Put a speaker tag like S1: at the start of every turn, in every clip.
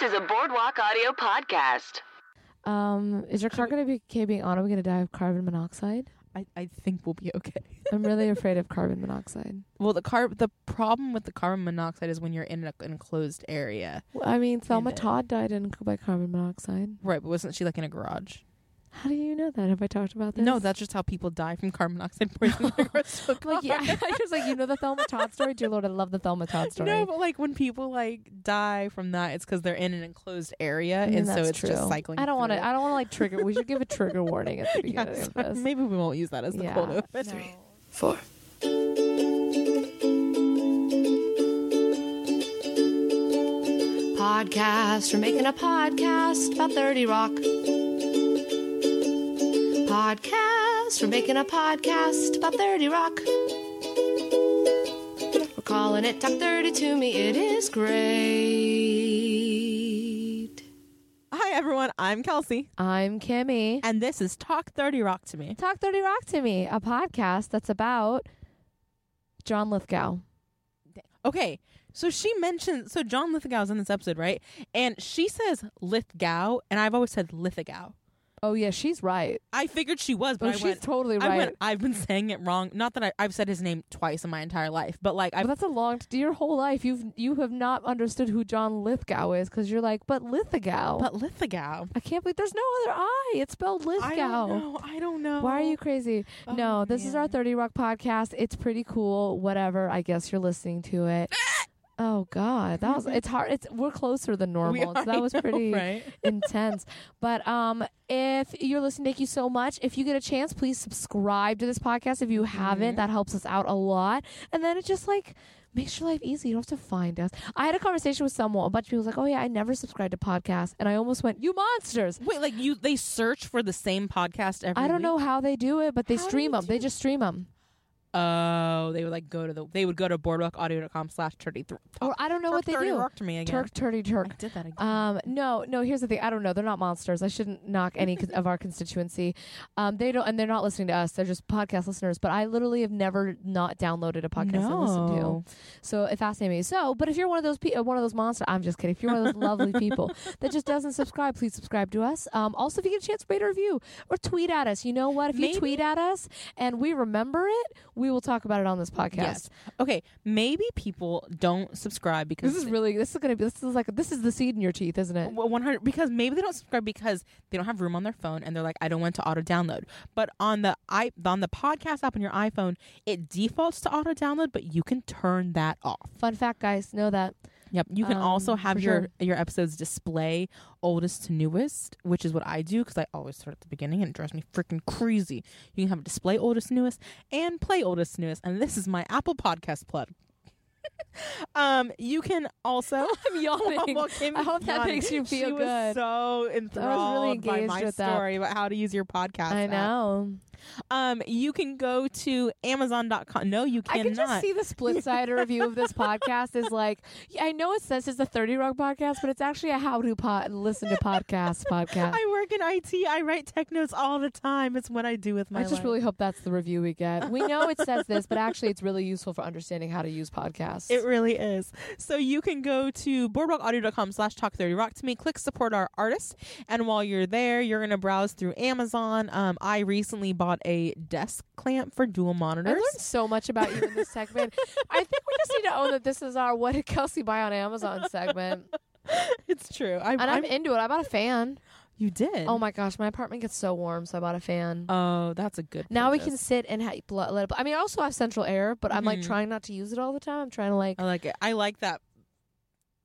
S1: to the Boardwalk Audio Podcast.
S2: Um, is your car going to be okay being on? Are we going to die of carbon monoxide?
S3: I, I think we'll be okay.
S2: I'm really afraid of carbon monoxide.
S3: Well, the car the problem with the carbon monoxide is when you're in an enclosed area.
S2: Well, I mean, Thelma
S3: it.
S2: Todd died in, by carbon monoxide.
S3: Right, but wasn't she like in a garage?
S2: How do you know that? Have I talked about this?
S3: No, that's just how people die from carbon monoxide poisoning. in the course of a
S2: like yeah.
S3: car.
S2: I was like, you know the Thelma Todd story. Dear Lord, I love the Thelma Todd story.
S3: No, but like when people like die from that, it's because they're in an enclosed area,
S2: I mean,
S3: and so
S2: that's
S3: it's just
S2: true.
S3: cycling.
S2: I don't want to. I don't want to like trigger. We should give a trigger warning at the
S3: Yeah,
S2: beginning of
S3: sorry.
S2: this.
S3: Maybe we won't use that as the
S2: Yeah.
S3: cold open.
S4: four. Podcast. We're making a podcast about 30 Rock. Podcast. We're making a podcast about 30 Rock. We're calling it Talk 30 to Me. It is great.
S3: Hi everyone, I'm Kelsey,
S2: I'm Kimmy.
S3: and this is Talk Thirty Rock to me.
S2: Talk Thirty Rock to me, a podcast that's about John Lithgow.
S3: Okay, so she mentioned so John Lithgow's in this episode, right? And she says Lithgow, and I've always said Lithigow.
S2: Oh yeah, she's right.
S3: I figured she was, but
S2: oh,
S3: I
S2: she's
S3: went.
S2: totally
S3: I
S2: right.
S3: went. I've been saying it wrong. Not that I, I've said his name twice in my entire life, but like
S2: but
S3: I've
S2: that's a long. T- your whole life, you've you have not understood who John Lithgow is because you're like, but Lithgow.
S3: but Lithigow.
S2: I can't believe there's no other I. It's spelled
S3: I don't
S2: Lithgow.
S3: know. I don't know.
S2: Why are you crazy?
S3: Oh,
S2: no, this is our
S3: man.
S2: 30 Rock podcast. It's pretty cool. Whatever. I guess you're listening to it. oh god, that was it's hard. It's we're closer than normal.
S3: We
S2: so
S3: are, I
S2: that was
S3: know,
S2: pretty
S3: right?
S2: intense. But um, if you're listening, thank you so much. If you get a chance, please subscribe to this podcast. If you
S3: Mm-hmm.
S2: haven't, that helps us out a lot. And then it just like makes your life easy. You don't have to find us. I had a conversation with someone. A bunch of people was like, "Oh yeah, I never subscribed to podcasts," and I almost went, "You monsters."
S3: Wait, like you? They search for the same podcast every.
S2: I don't know how they do it, but they
S3: How do
S2: stream
S3: they
S2: them. They
S3: do-
S2: just stream them.
S3: know. Oh, they would like go to the. They would go to boardwalkaudio.com slash thirty three.
S2: Or I don't know what they do.
S3: Rock to me again.
S2: Turk, turdy,
S3: I
S2: Turk.
S3: did that again.
S2: Um, no, no. Here's the thing. I don't know. They're not monsters. I shouldn't knock any con- of our constituency. Um, they don't, and they're not listening to us. They're just podcast listeners. But I literally have never not downloaded a podcast I listen to.
S3: No.
S2: So it fascinates me. So, but if you're one of those people, one of those monsters, I'm just kidding. If you're one of those lovely people that just doesn't subscribe, please subscribe to us. Um, also, if you get a chance, rate or review or tweet at us. You know what? If
S3: Maybe-
S2: you tweet at us and we remember it, we will talk about it on this podcast.
S3: Yes. Okay. Maybe people don't subscribe because
S2: This is really. This is gonna be. This is like. This is the seed in your teeth, isn't it?
S3: Well, 100 because maybe they don't subscribe because they don't have room on their phone and they're like I don't want to auto download. But on the i on the podcast app on your iPhone, it defaults to auto download, but you can turn that off.
S2: Fun fact, guys. Know that.
S3: Yep. You can
S2: Um,
S3: also have
S2: for
S3: your
S2: sure.
S3: your episodes display oldest to newest, which is what I do because I always start at the beginning and it drives me freaking crazy. You can have display oldest to newest and play oldest to newest, and this is my Apple Podcast plug. um, you can also.
S2: I'm yawning.
S3: Well, Kim
S2: I hope that
S3: Young,
S2: makes you feel
S3: she
S2: good.
S3: was so enthralled by
S2: engaged
S3: my
S2: with that.
S3: story about how to use your podcast.
S2: I
S3: app.
S2: know.
S3: Um, you can go to Amazon.com. No, you
S2: I
S3: cannot.
S2: can just see the split sided review of this podcast is like yeah, I know it says it's a thirty rock podcast, but it's actually a how to pod listen to podcast podcast. I,
S3: I work in IT. I write tech notes all the time. It's what I do with my.
S2: just
S3: life.
S2: really hope that's the review we get. We know it says this, but actually it's really useful for understanding how to use podcasts.
S3: It really is. So you can go to boardwalkaudio.com slash talk30rock to me, click support our artist. And while you're there, you're going to browse through Amazon. Um, I recently bought a desk clamp for dual
S2: I
S3: monitors.
S2: learned so much about you in this segment. I think we just need to own that this is our "What did Kelsey buy on Amazon?" segment,
S3: It's true. I,
S2: and I'm, into it. I bought a fan.
S3: you did.
S2: Oh my gosh, my apartment gets so warm, so I bought a fan.
S3: Oh, that's a good.
S2: Now we
S3: purchase.
S2: can sit and ha- bl- let it. I mean, I also have central air, but I'm like
S3: Mhm.
S2: trying not to use it all the time. I'm trying to like,
S3: I like it. I like that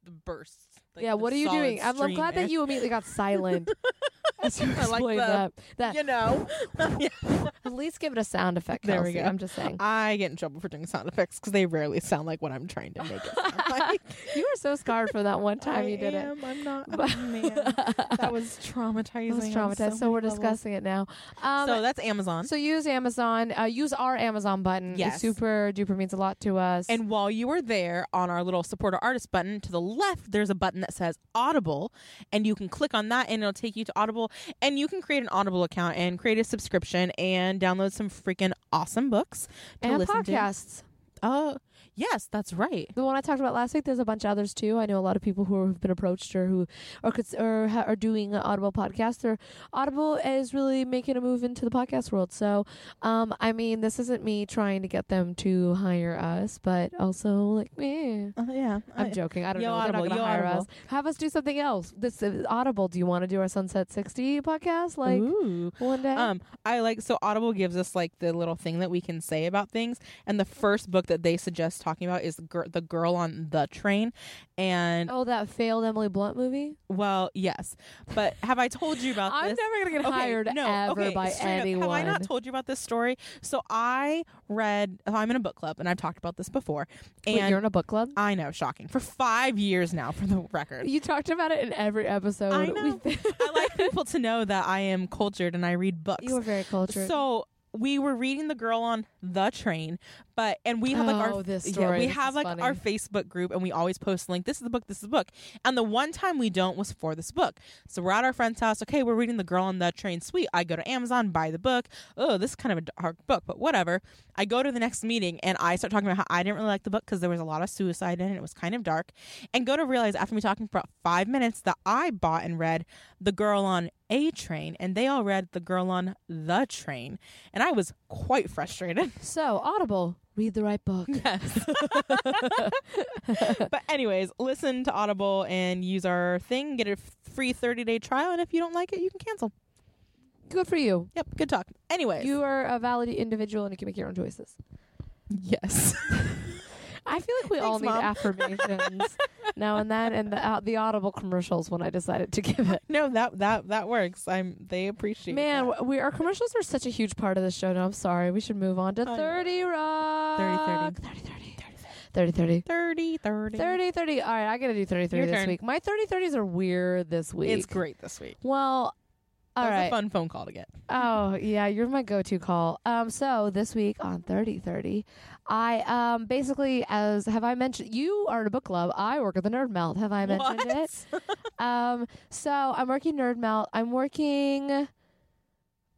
S3: the burst. like
S2: yeah.
S3: the
S2: What are you
S3: solid
S2: doing? I'm, I'm
S3: stream
S2: glad
S3: there.
S2: that you immediately got silent. as you
S3: I like
S2: explained
S3: the-
S2: that. That
S3: You know. Yeah.
S2: at least give it a sound effect.
S3: There we
S2: Kelsey,
S3: go.
S2: I'm just saying.
S3: I get in trouble for doing sound effects because they rarely sound like what I'm trying to make it sound like.
S2: you were so scarred from that one time
S3: I
S2: you did
S3: am, I'm not.
S2: it.
S3: Oh, man. That was traumatizing.
S2: That was
S3: on
S2: traumatized. So,
S3: many
S2: we're
S3: levels.
S2: discussing it now. Um,
S3: so that's Amazon.
S2: so use Amazon. Uh, use our Amazon button. It
S3: Yes.
S2: super duper means a lot to us.
S3: And while you are there on our little support our artist button, to the left, there's a button that says Audible, and you can click on that and it'll take you to Audible. And you can create an Audible account and create a subscription and download some freaking awesome books to
S2: and
S3: listen to.
S2: podcasts.
S3: Oh, Yes, that's right.
S2: The one I talked about last week. There's a bunch of others too. I know a lot of people who have been approached or who or could or ha- are doing an Audible podcast. Or Audible is really making a move into the podcast world. So, um, I mean, this isn't me trying to get them to hire us, but also like, eh.
S3: Uh, yeah.
S2: I'm
S3: I-
S2: joking. I don't
S3: Yo,
S2: know. They're
S3: Audible,
S2: not going
S3: yo,
S2: to hire
S3: Audible.
S2: us. Have us do something else. This is Audible. Do you want to do our Sunset 60 podcast? Like
S3: Ooh.
S2: one day.
S3: Um, I like so Audible gives us like the little thing that we can say about things, and the first book that they suggest talking about is gir- the girl on the train, and
S2: oh, that failed Emily Blunt movie.
S3: well, yes, but have I told you about
S2: I'm
S3: uh, this?
S2: never going to get
S3: Okay,
S2: hired ever
S3: okay,
S2: by
S3: straight up,
S2: anyone.
S3: Have I not told you about this story? So I read. uh, I'm in a book club, and I've talked about this before. And
S2: Wait, you're in a book club.
S3: I know, shocking. For five years now, for the record.
S2: You talked about it in every episode.
S3: I know.
S2: We-
S3: I like people to know that I am cultured and I read books.
S2: you were very cultured.
S3: So we were reading the girl on the train, but and we have like
S2: Oh,
S3: our
S2: this
S3: yeah
S2: story.
S3: we
S2: This
S3: have
S2: is
S3: like
S2: funny.
S3: our Facebook group and we always post link. This is the book. This is the book. And the one time we don't was for this book. So we're at our friend's house. Okay, we're reading the girl on the train. Sweet. I go to Amazon buy the book. Oh, this is kind of a dark book, but whatever. I go to the next meeting and I start talking about how I didn't really like the book because there was a lot of suicide in it. It was kind of dark. And go to realize after me talking for about five minutes that I bought and read The Girl on a Train and they all read The Girl on the Train. And I was quite frustrated.
S2: So, Audible, read the right book.
S3: Yes. but, anyways, listen to Audible and use our thing. Get a free 30 day trial. And if you don't like it, you can cancel.
S2: Good for you.
S3: Yep. Good talk. Anyways.
S2: You are a valid individual and you can make your own choices.
S3: yes.
S2: I feel like we all need
S3: Thanks, Mom.
S2: affirmations now and then, and the uh, the Audible commercials when I decided to give it.
S3: no, that, that, that works. I'm, they appreciate
S2: Man,
S3: that.
S2: w- we our commercials are such a huge part of the show. Now I'm sorry, we should move on to
S3: know.
S2: Thirty Rock. 30
S3: 30.
S2: 30 30 30
S3: 30, 30.
S2: 30 30. All right, I gotta do 30 30
S3: Your
S2: this
S3: turn.
S2: week. My 30 30s are weird this week.
S3: It's great this week.
S2: Well,
S3: That
S2: all
S3: was
S2: right.
S3: a fun phone call to get.
S2: Oh yeah, you're my go-to call. Um, so this week on Thirty Thirty, I um basically as have I mentioned, you are in a book club. I work at the Nerd Melt. Have I mentioned it? Um, so I'm working Nerd Melt. I'm working.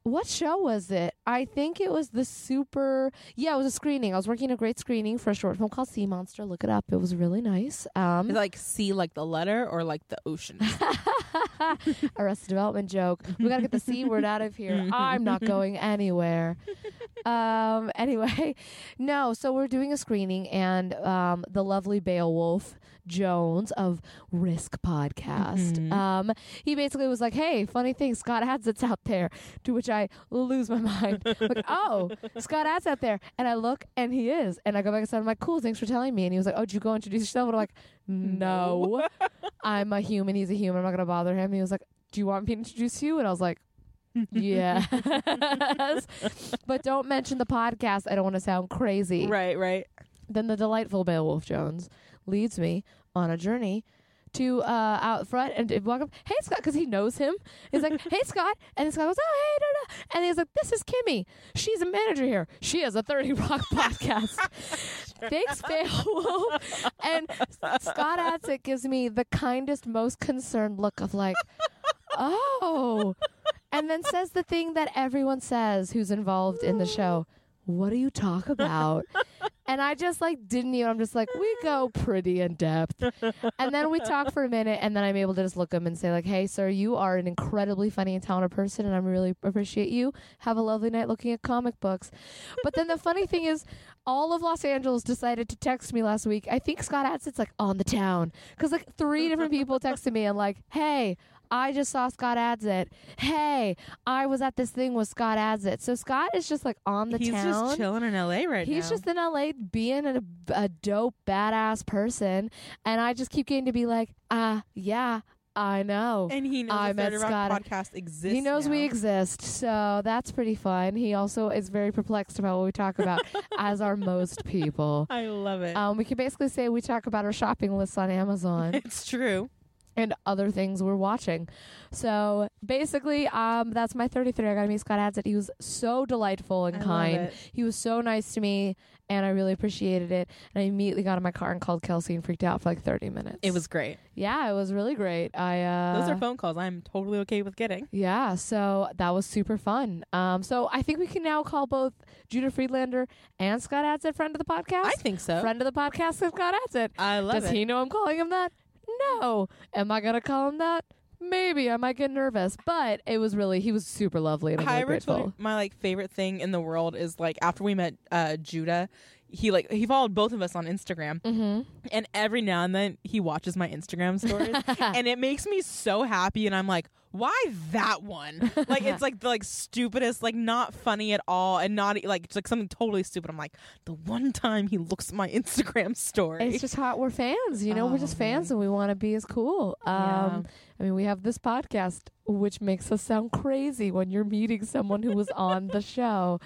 S2: What show was it? I think it was the super. Yeah, it was a screening. I was working a great screening for a short film called Sea Monster. Look it up. It was really nice. Um,
S3: Is it like sea, like the letter, or like the ocean?
S2: Arrested Development joke. We gotta get the C word out of here. I'm not going anywhere. Um. Anyway, no. So we're doing a screening, and um, the lovely Beowulf Jones of Risk Podcast. Um, he basically was like, "Hey, funny thing, Scott Adsett's out there," to which I lose my mind. like, oh, Scott Adsett's out there, and I look, and he is, and I go back inside. I'm like, "Cool, thanks for telling me." And he was like, "Oh, did you go introduce yourself?" And I'm like, "No." I'm a human. He's a human. I'm not gonna bother him. He was like, "Do you want me to introduce you?" And I was like, "Yes," but don't mention the podcast. I don't want to sound crazy.
S3: right, right.
S2: Then the delightful Beowulf Jones leads me on a journey to uh, out front and to walk up. Hey Scott, because he knows him. He's like, "Hey Scott," and Scott goes, "Oh hey, no, no," and he's like, "This is Kimmy. She's a manager here. She has a Thirty Rock podcast." Thanks, Beowulf. and Scott Adsit gives me the kindest, most concerned look of like, "Oh," and then says the thing that everyone says who's involved in the show. What do you talk about? And I just like didn't even. I'm just like we go pretty in depth, and then we talk for a minute, and then I'm able to just look him and say like, "Hey, sir, you are an incredibly funny and talented person, and I really appreciate you. Have a lovely night looking at comic books." But then the funny thing is, all of Los Angeles decided to text me last week. I think Scott Adsett's like on the town because like three different people texted me and like, "Hey, I just saw Scott Adsit. Hey, I was at this thing with Scott Adsit." So Scott is just like on the
S3: He's
S2: town.
S3: just chilling in LA right now.
S2: He's just in LA being a, a dope, badass person. And I just keep getting to be like, ah, yeah, I know.
S3: And he knows
S2: I
S3: the
S2: met
S3: Thirty Rock
S2: Scott.
S3: podcast exists.
S2: He knows we
S3: now.
S2: exist. So that's pretty fun. He also is very perplexed about what we talk about, as are most people.
S3: I love it.
S2: Um, we can basically say we talk about our shopping lists on Amazon.
S3: it's true.
S2: and other things we're watching. So basically, um, that's my 33. I gotta meet Scott Adsit. He was so delightful and
S3: I love
S2: kind.
S3: it.
S2: He was so nice to me, and I really appreciated it. And I immediately got in my car and called Kelsey and freaked out for like 30 minutes.
S3: It was great.
S2: yeah, it was really great. I uh,
S3: Those are phone calls I'm totally okay with getting.
S2: Yeah, so that was super fun. Um, so I think we can now call both Judah Friedlander and Scott Adsit friend of the podcast.
S3: I think so.
S2: friend of the podcast is Scott Adsit.
S3: I love
S2: Does
S3: it.
S2: he know I'm calling him that? No. Am I gonna call him that? Maybe I might get nervous, but it was really he was super lovely and I'm really
S3: Hyra
S2: grateful.
S3: told me my like favorite thing in the world is like after we met uh Judah, he like he followed both of us on Instagram
S2: Mm-hmm.
S3: and every now and then he watches my Instagram stories and it makes me so happy and I'm like, why that one? Like it's like the like stupidest, like not funny at all and not e, like it's like something totally stupid. I'm like, the one time he looks at my Instagram story.
S2: It's just how we're fans, you know.
S3: Oh,
S2: we're just fans, and we want to be as cool. Um,
S3: Yeah.
S2: I mean, we have this podcast, which makes us sound crazy when you're meeting someone who was on the show.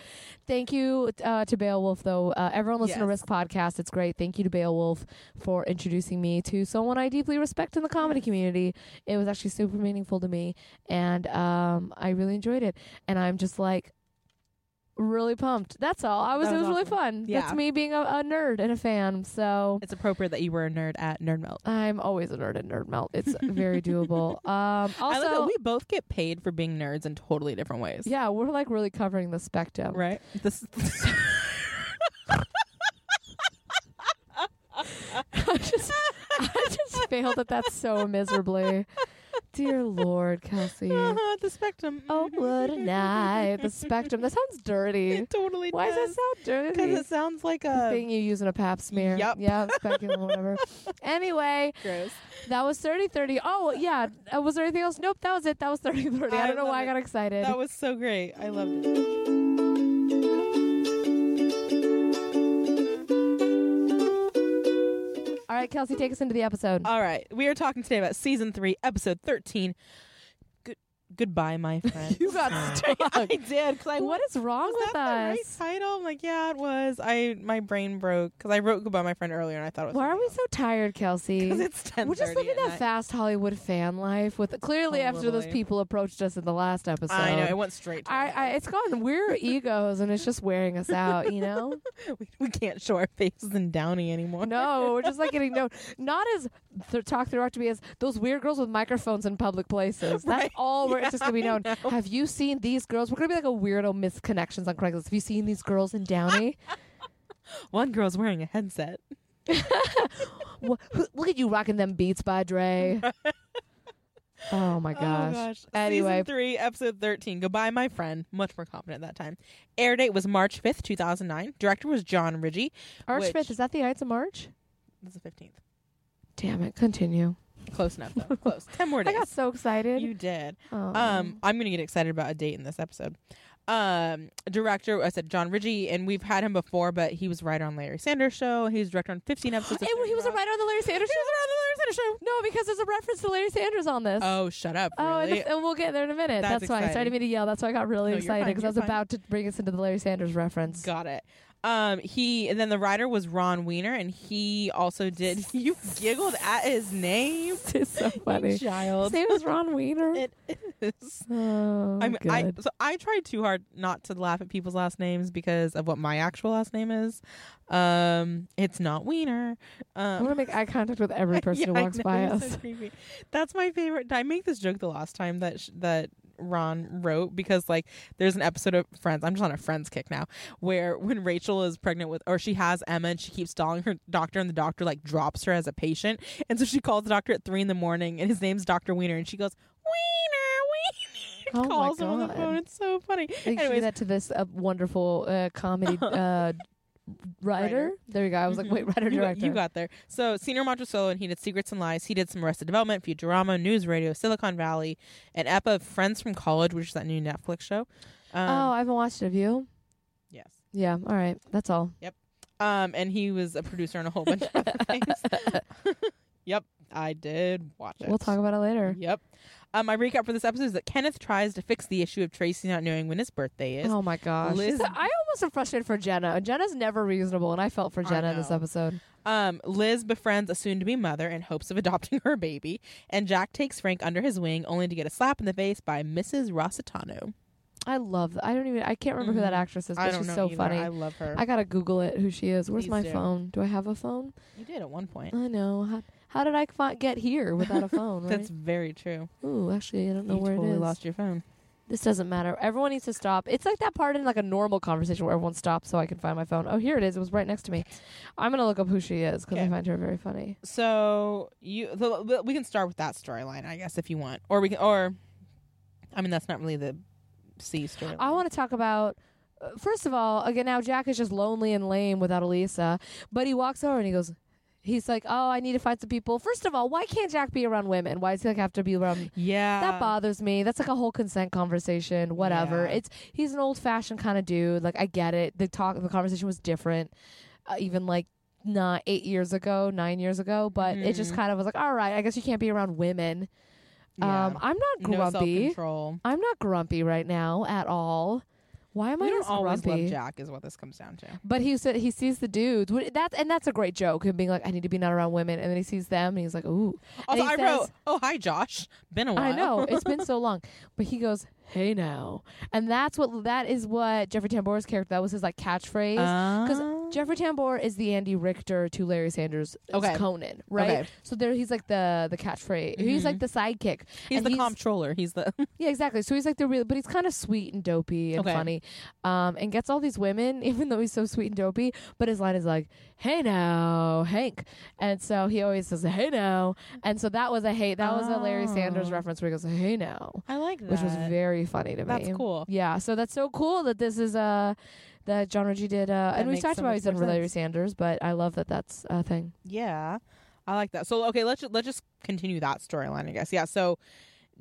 S2: Thank you uh, to Beowulf, though. Uh, everyone listen to
S3: Yes.
S2: Risk Podcast; it's great. Thank you to Beowulf for introducing me to someone I deeply respect in the comedy community. It was actually super meaningful to me, and um, I really enjoyed it. And I'm just like. Really pumped. That's all. I was.
S3: That
S2: it was
S3: was
S2: really
S3: awesome.
S2: fun. That's
S3: Yeah.
S2: me being a, a nerd and a fan. So
S3: it's appropriate that you were a nerd at Nerd Melt.
S2: I'm always a nerd at Nerd Melt. It's very doable. Um,
S3: I like that
S2: also,
S3: we both get paid for being nerds in totally different ways.
S2: yeah, we're like really covering the spectrum.
S3: Right? This
S2: I just, I just failed at that so miserably. Dear Lord, Kelsey.
S3: Uh-huh, the spectrum. Mm-hmm.
S2: Oh, what a night. The spectrum. That sounds dirty.
S3: It totally
S2: Why does
S3: does.
S2: that sound dirty?
S3: Because it sounds like
S2: The
S3: a
S2: thing you use in a pap smear.
S3: Yup.
S2: Yeah, speculum, whatever. anyway,
S3: gross.
S2: that was 30 30. Oh, yeah. Uh, was there anything else? Nope, that was it. That was 30 30. I,
S3: I
S2: don't know
S3: love
S2: why I
S3: it.
S2: got excited.
S3: That was so great. I loved it.
S2: All right, Kelsey, take us into the episode.
S3: All right, we are talking today about season three, episode thirteen. Good goodbye, my friend.
S2: you got
S3: I did because I
S2: What is wrong
S3: was
S2: with
S3: that
S2: us?
S3: the right title? I'm like, yeah, it was. I my brain broke because I wrote goodbye, my friend earlier, and I thought it was.
S2: Why are we so tired, Kelsey?
S3: Because it's ten.
S2: We're just living that fast Hollywood fan life. With clearly after those
S3: Totally.
S2: people approached us in the last episode.
S3: I know it went straight. To
S2: I, I, it's gone. We're egos, and it's just wearing us out. You know.
S3: we, we can't show our faces in Downey anymore.
S2: No, we're just like getting known. Not as th- talked about to me as those weird girls with microphones in public places. That's
S3: Right.
S2: all we're it's just gonna be
S3: Yeah,
S2: known.
S3: I know.
S2: Have you seen these girls? We're gonna be like a weirdo misconnections on Craigslist. Have you seen these girls in Downey?
S3: One girl's wearing a headset.
S2: Oh, Wha- who- Look at you rocking them beats by Dre. oh my gosh.
S3: Oh gosh.
S2: Anyway.
S3: Season 3, episode 13. Goodbye, my friend. Much more confident that time. Air date was March 5th, 2009. Director was John Ridgie.
S2: Arch
S3: which-
S2: fifth is that the Ides of March?
S3: That's the 15th.
S2: Damn it, continue.
S3: Close enough, though. Close. 10 more
S2: I
S3: days.
S2: got so excited.
S3: you did.
S2: Oh.
S3: Um, I'm going to get excited about a date in this episode. Um, director, I said John Ridgie, and we've had him before, but he was writer on Larry Sanders Show. He was director on 15 episodes. of
S2: Hey, well, he was a
S3: Thirty Rock.
S2: writer on the Larry Sanders
S3: He
S2: show.
S3: was a writer on the Larry Sanders Show.
S2: No, because there's a reference to Larry Sanders on this.
S3: Oh, shut up.
S2: Oh, and,
S3: really?
S2: the- and we'll get there in a minute. That's,
S3: That's
S2: why I started
S3: exciting.
S2: me to yell. That's why I got really
S3: No, you're
S2: excited
S3: fine,
S2: because I
S3: you're
S2: was
S3: fine.
S2: about to bring us into the Larry Sanders reference.
S3: Got it. Um, he and then the writer was Ron Weiner, and he also did. You giggled at his name,
S2: It's so funny. His
S3: child.
S2: name is Ron Weiner.
S3: It is.
S2: oh,
S3: I'm, I
S2: good.
S3: so I try too hard not to laugh at people's last names because of what my actual last name is. Um, it's not Weiner.
S2: I want
S3: Um,
S2: to make eye contact with every person
S3: yeah,
S2: who
S3: I
S2: walks
S3: know,
S2: by
S3: you're so
S2: us.
S3: creepy. That's my favorite. I make this joke the last time that sh- that Ron wrote because like there's an episode of Friends. I'm just on a Friends kick now, where when Rachel is pregnant with or she has Emma and she keeps stalling her doctor and the doctor like drops her as a patient, and so she calls the doctor at three in the morning and his name's Doctor Wiener and she goes Wiener Wiener
S2: Oh
S3: and
S2: my
S3: calls him on the
S2: God.
S3: phone. It's so funny.
S2: They should do
S3: Anyways,
S2: that to this uh, wonderful uh, comedy uh, writer.
S3: Writer. Mm-hmm.
S2: There you go. I was like, wait, writer
S3: you,
S2: director.
S3: you got there. So senior Montrosolo, and he did Secrets and Lies. He did some Arrested Development, Futurama, News Radio, Silicon Valley, and EPA Friends from College, which is that new Netflix show. Um,
S2: oh, I haven't watched it. Have you?
S3: yes.
S2: Yeah. All right. That's all.
S3: Um, and he was a producer on a whole bunch of other things. yep, I did watch it.
S2: We'll talk about it later.
S3: Yep. Um, my recap for this episode is that Kenneth tries to fix the issue of Tracy not knowing when his birthday is.
S2: Oh my gosh.
S3: Liz-
S2: I almost am frustrated for Jenna. Jenna's never reasonable, and I felt for
S3: I
S2: Jenna in this
S3: know.
S2: episode.
S3: Um, Liz befriends a soon to be mother in hopes of adopting her baby, and Jack takes Frank under his wing only to get a slap in the face by Mrs. Rossitano.
S2: I love. That. I don't even. I can't remember who that actress is,
S3: Mm-hmm.
S2: but
S3: I don't
S2: she's
S3: know.
S2: so
S3: either.
S2: funny.
S3: I
S2: I,
S3: love her.
S2: gotta Google it. Who she is? Where's
S3: Please
S2: my
S3: do.
S2: phone? Do I have a phone?
S3: you did at one point.
S2: I know. How, how did I fi- get here without a phone? right?
S3: That's very true.
S2: Ooh, actually, I don't know
S3: you
S2: where
S3: totally
S2: it is.
S3: lost your phone.
S2: This doesn't matter. Everyone needs to stop. It's like that part in like a normal conversation where everyone stops so I can find my phone. Oh, here it is. It was right next to me. I'm gonna look up who she is because
S3: Okay.
S2: I find her very funny.
S3: So you, the, the- we can start with that storyline, I guess, if you want, or we can, or, I mean, that's not really the C story.
S2: I want to talk about. uh, First of all, again, now Jack is just lonely and lame without Elisa, but he walks over and he goes. He's like, oh, I need to find some people. First of all, why can't Jack be around women? Why does he like have to be around?
S3: Yeah,
S2: That bothers me. That's like a whole consent conversation. Whatever.
S3: Yeah.
S2: It's he's an old fashioned kind of dude. Like I get it. The talk, the conversation was different, uh, even like not eight years ago, nine years ago. But it just
S3: Mhm.
S2: kind of was like, all right, I guess you can't be around women. Um, I'm not
S3: no self
S2: grumpy.
S3: control.
S2: I'm not grumpy right now at all. Why am
S3: We
S2: I
S3: don't
S2: just
S3: always
S2: grumpy?
S3: love Jack, is what this comes down to.
S2: But he said he sees the dudes. What- That's and that's a great joke. Him being like, I need to be not around women, and then he sees them, and he's like, ooh. And
S3: Also,
S2: he
S3: I
S2: says-
S3: wrote, "Oh hi, Josh. Been a while."
S2: I know it's been so long, but he goes, "Hey now," and that's what that is what Jeffrey Tambor's character that was his like catchphrase. Because
S3: Oh.
S2: Jeffrey Tambor is the Andy Richter to Larry Sanders is
S3: Okay.
S2: Conan, right?
S3: Okay. Mm-hmm.
S2: So there he's like the the catchphrase. He's like the sidekick.
S3: he's
S2: and
S3: the comptroller. He's the
S2: Yeah, exactly. So he's like the real, but he's kind of sweet and dopey and
S3: Okay.
S2: funny, um, and gets all these women, even though he's so sweet and dopey. But his line is like, "Hey now, Hank," and so he always says, "Hey now," and so that was a hey, that was a Larry Sanders
S3: Oh.
S2: reference where he goes, "Hey now."
S3: I like that.
S2: which was very funny to me.
S3: That's cool.
S2: Yeah, so that's so cool that this is uh that John Reggie did uh and we
S3: makes
S2: talked
S3: so
S2: about
S3: much
S2: he's done
S3: more
S2: with Larry
S3: sense.
S2: Sanders, but I love that that's a thing.
S3: Yeah, I like that. So okay, let's ju- let's just continue that storyline, I guess. Yeah. So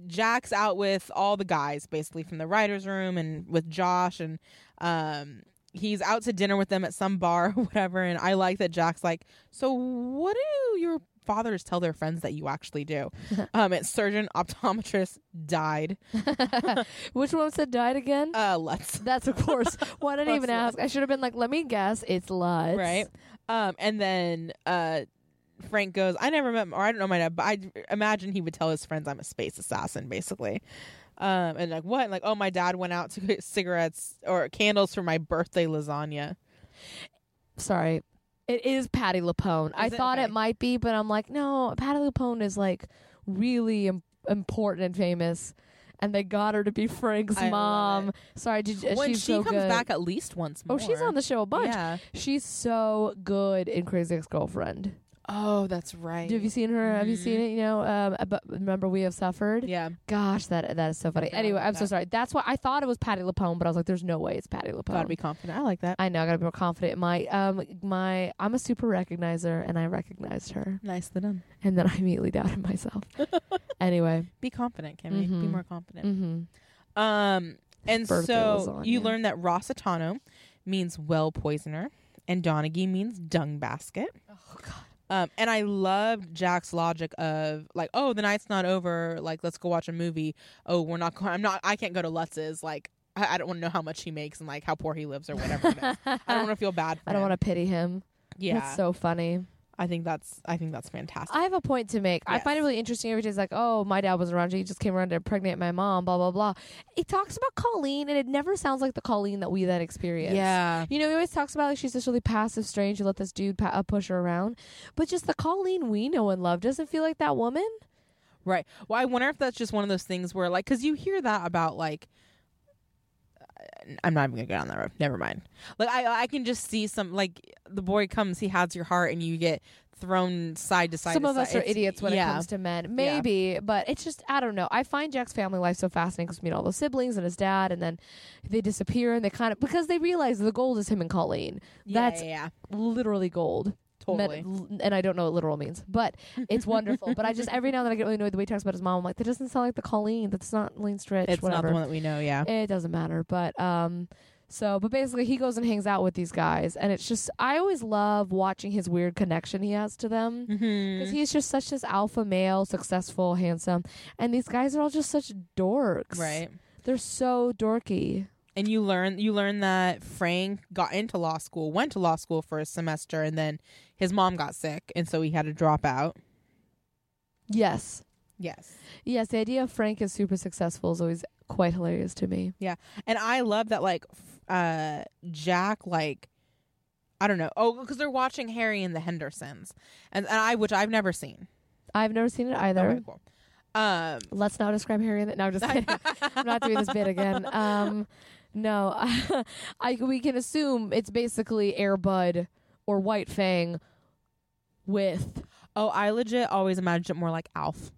S3: Jack's out with all the guys basically from the writers' room and with Josh, and um, he's out to dinner with them at some bar or whatever. And I like that Jack's like, so what do your fathers tell their friends that you actually do? um, it's surgeon optometrist died.
S2: Which one said died again?
S3: Uh, let's.
S2: that's of course. Why did I
S3: Plus
S2: even
S3: Lutz.
S2: ask? I should have been like, let me guess, it's Lutz.
S3: right? Um, and then uh, Frank goes, "I never met, or I don't know my dad, but I imagine he would tell his friends I'm a space assassin, basically." Um, and like what? And like, oh, my dad went out to get cigarettes or candles for my birthday lasagna.
S2: Sorry. It is Patty Lapone. I
S3: Is it?
S2: thought
S3: Okay.
S2: it might be, but I'm like, no, Patty Lapone is like really Im- important and famous. And they got her to be Frank's
S3: I love
S2: mom. Sorry, did, you-
S3: when
S2: she's
S3: she
S2: so
S3: comes
S2: good.
S3: back, at least once
S2: Oh,
S3: more.
S2: she's on the show a bunch.
S3: Yeah.
S2: She's so good in Crazy Ex-Girlfriend.
S3: Oh, that's right.
S2: Have you seen her? Have you
S3: Mhm.
S2: seen it? You know, um, but remember we have suffered.
S3: yeah.
S2: Gosh, that that is so funny.
S3: forgot
S2: Anyway,
S3: about
S2: I'm so
S3: that.
S2: sorry. That's why I thought it was Patty Lapone, but I was like, "There's no way it's Patty Lapone."
S3: Gotta be confident. I like that.
S2: I know. I gotta be more confident. in My um, my I'm a super recognizer, and I recognized her,
S3: Nicely done.
S2: and then I immediately doubted myself. anyway,
S3: Be confident, Kimmy. Be
S2: Mhm.
S3: more confident.
S2: hmm
S3: Um, and
S2: Birthday
S3: so you
S2: lasagna.
S3: learn that Rossitano means well poisoner, and Donaghy means dung basket.
S2: oh god,
S3: Um, and I loved Jack's logic of like, oh, the night's not over. Like, let's go watch a movie. Oh, we're not going. I'm not. I can't go to Lutz's. Like, I, I don't want to know how much he makes and like how poor he lives or whatever. it is. I don't want to feel bad. For
S2: I don't
S3: him.
S2: want to pity him.
S3: Yeah,
S2: that's so funny.
S3: I think that's. I think that's fantastic.
S2: I have a point to make. I find it
S3: Yes.
S2: really interesting every day. It's like, oh, my dad was around. He just came around to impregnate my mom, blah, blah, blah. It talks about Colleen, and it never sounds like the Colleen that we then experienced.
S3: yeah,
S2: You know, he always talks about like she's this really passive strange. You let this dude pa- uh, push her around. But just the Colleen we know and love doesn't feel like that woman.
S3: right. Well, I wonder if that's just one of those things where like, because you hear that about like. uh, I'm not even gonna go down that road. Never mind. Like I, I can just see some like the boy comes, he has your heart, and you get thrown side to side.
S2: Some
S3: to
S2: of us
S3: side.
S2: are
S3: It's-
S2: idiots when
S3: yeah.
S2: it comes to men. Maybe, but it's just, I don't know. I find Jack's family life so fascinating because we meet all those siblings and his dad, and then they disappear and they kind of, because they realize the gold is him and Colleen. That's
S3: yeah, yeah.
S2: literally gold. Met-
S3: Totally.
S2: l- and I don't know what literal means, but it's wonderful. but I just every now and then I get really annoyed the way he talks about his mom. I'm like, that doesn't sound like the Colleen. That's not Lane Stritch.
S3: It's not
S2: whatever.
S3: the one that we know, yeah.
S2: It doesn't matter. But um, so but basically he goes and hangs out with these guys, and it's just I always love watching his weird connection he has to them
S3: Mm-hmm.
S2: because he's just such this alpha male, successful, handsome, and these guys are all just such dorks.
S3: Right.
S2: They're so dorky.
S3: and you learn you learn that Frank got into law school, went to law school for a semester, and then his mom got sick, and so he had to drop out.
S2: Yes.
S3: Yes,
S2: Yes, the idea of Frank is super successful is always quite hilarious to me.
S3: and I love that like f- uh Jack like I don't know oh because they're watching Harry and the Hendersons, and, and I which I've never seen.
S2: I've never seen it either.
S3: Okay, cool. Um,
S2: Let's not describe Harry and the. No, I'm just kidding. I'm not doing this bit again. Um, no, I we can assume it's basically Airbud or White Fang with.
S3: oh, I legit always imagined it more like Alf.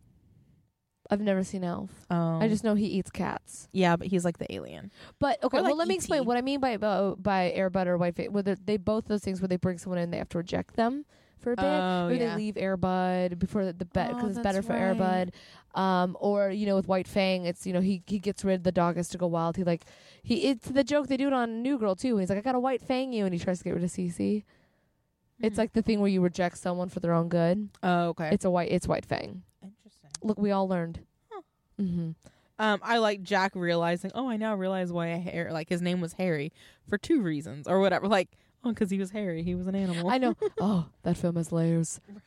S2: I've never seen Elf.
S3: Um,
S2: I just know he eats cats.
S3: yeah, but he's like the alien.
S2: But okay,
S3: Or
S2: well,
S3: like E
S2: let me
S3: E.T..
S2: explain what I mean by uh, by Airbud or White Fang. Whether they both those things where they bring someone in, they have to reject them for a bit,
S3: Oh,
S2: or
S3: yeah.
S2: they leave Airbud before the, the bet
S3: Oh,
S2: because it's
S3: that's
S2: better for
S3: right.
S2: Airbud. Um, or you know, with White Fang, it's you know he he gets rid. The dog has to go wild. He like he it's the joke they do it on New Girl too. He's like, I got to White Fang you, and he tries to get rid of Cece. It's
S3: Hmm.
S2: like the thing where you reject someone for their own good.
S3: oh, okay,
S2: It's a white. It's White Fang.
S3: interesting.
S2: Look, we all learned.
S3: Huh.
S2: Mm-hmm.
S3: Um, I like Jack realizing, oh, I now realize why Harry, like his name was Harry for two reasons or whatever. Like, oh, because he was Harry, he was an animal.
S2: I know. oh, that film has layers.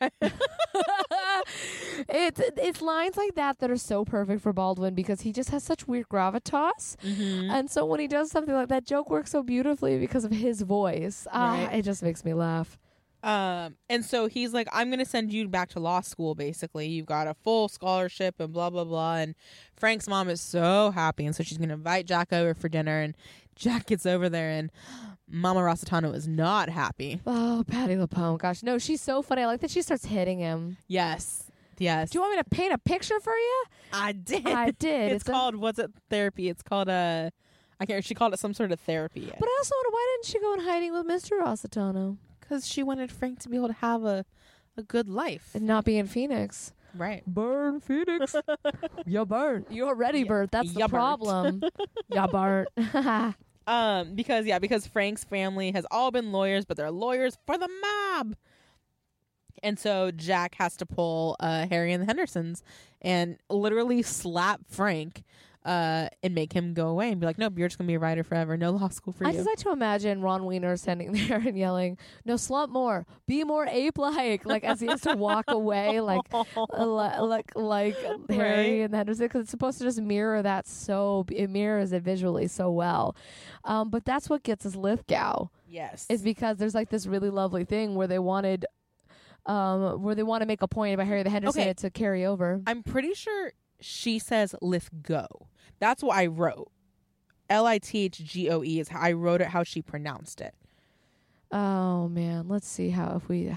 S2: it's it's lines like that that are so perfect for Baldwin because he just has such weird gravitas, and so when he does something like that, joke works so beautifully because of his voice. Ah,
S3: Right.
S2: it just makes me laugh.
S3: Um, and so he's like, I'm gonna send you back to law school. Basically, you've got a full scholarship and blah blah blah. And Frank's mom is so happy, and so she's gonna invite Jack over for dinner. And Jack gets over there, and Mama Rositano is not happy.
S2: Oh, Patty Lapone. Gosh, no, she's so funny. I like that she starts hitting him.
S3: Yes, yes,
S2: Do you want me to paint a picture for you?
S3: I did.
S2: I did.
S3: it's
S2: a-
S3: called what's it therapy? It's called uh, I can't. She called it some sort of therapy.
S2: But I also wonder why didn't she go in hiding with Mr. Rossitano
S3: because she wanted Frank to be able to have a a good life.
S2: and not be in Phoenix?
S3: Right.
S2: Burn, Phoenix. you burnt. You already burnt. That's the
S3: ya burnt.
S2: problem. you burnt.
S3: Um. Because yeah. Because Frank's family has all been lawyers, but they're lawyers for the mob. And so Jack has to pull uh, Harry and the Hendersons and literally slap Frank uh, and make him go away and be like, "Nope, you're just gonna be a writer forever. No law school for
S2: I
S3: you."
S2: just like to imagine Ron Weiner standing there and yelling, "No, slump more. Be more ape-like." Like as he has to walk away, like uh, li- like like Harry
S3: Right.
S2: and Henderson, because it's supposed to just mirror that so it mirrors it visually so well. Um, but that's what gets us Lithgow.
S3: yes.
S2: is because there's like this really lovely thing where they wanted um where they want to make a point about Harry the Henderson
S3: Okay.
S2: to carry over.
S3: I'm pretty sure she says Lithgow. That's what I wrote. L I T H G O E is how I wrote it. How she pronounced it.
S2: Oh man, let's see how if we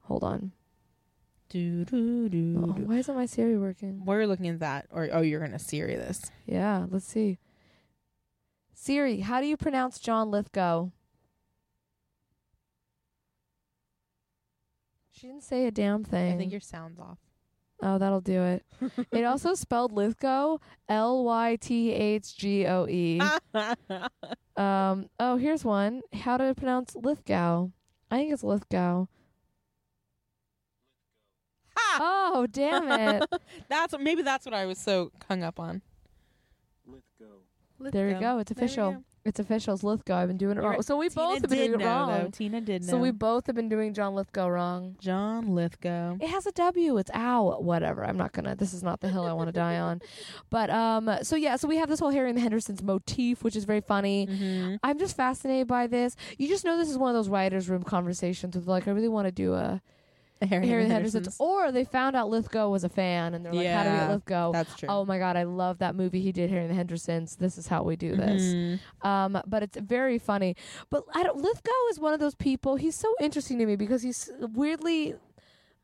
S2: hold on.
S3: Do, do,
S2: Oh,
S3: do, do.
S2: why isn't my Siri working?
S3: We're looking at that, or oh, you're gonna Siri this.
S2: Yeah, let's see. Siri, how do you pronounce John Lithgow? She didn't say a damn thing.
S3: I think your sound's off.
S2: oh, that'll do it. it also spelled Lithgow, L Y T H G O E.
S3: Ah.
S2: Um. Oh, here's one. How to pronounce Lithgow? I think it's Lithgow.
S3: Ha!
S2: Oh, damn it!
S3: that's maybe that's what I was so hung up on. Lithgow.
S2: There you go. It's
S3: There we
S2: official.
S3: go.
S2: It's official. It's Lithgow. I've been doing it
S3: You're
S2: wrong.
S3: right.
S2: So we
S3: Tina
S2: both have been
S3: did
S2: doing it
S3: know, though.
S2: wrong.
S3: Tina did know.
S2: So we both have been doing John Lithgow wrong.
S3: John Lithgow.
S2: It has a W. It's ow. Whatever. I'm not gonna. This is not the hill I want to die on. But um. So yeah. So we have this whole Harry and the Hendersons motif, which is very funny.
S3: Mm-hmm.
S2: I'm just fascinated by this. You just know this is one of those writers' room conversations with like, I really want to do a
S3: Harry,
S2: Harry
S3: and
S2: the
S3: the
S2: Hendersons.
S3: Hendersons.
S2: Or they found out Lithgow was a fan and they're like, how do we get
S3: Yeah,
S2: Lithgow?
S3: That's true.
S2: Oh my God, I love that movie he did, Harry and the Hendersons. This is how we do this.
S3: Mhm.
S2: Um, but it's very funny. But I don't, Lithgow is one of those people. He's so interesting to me because he's weirdly.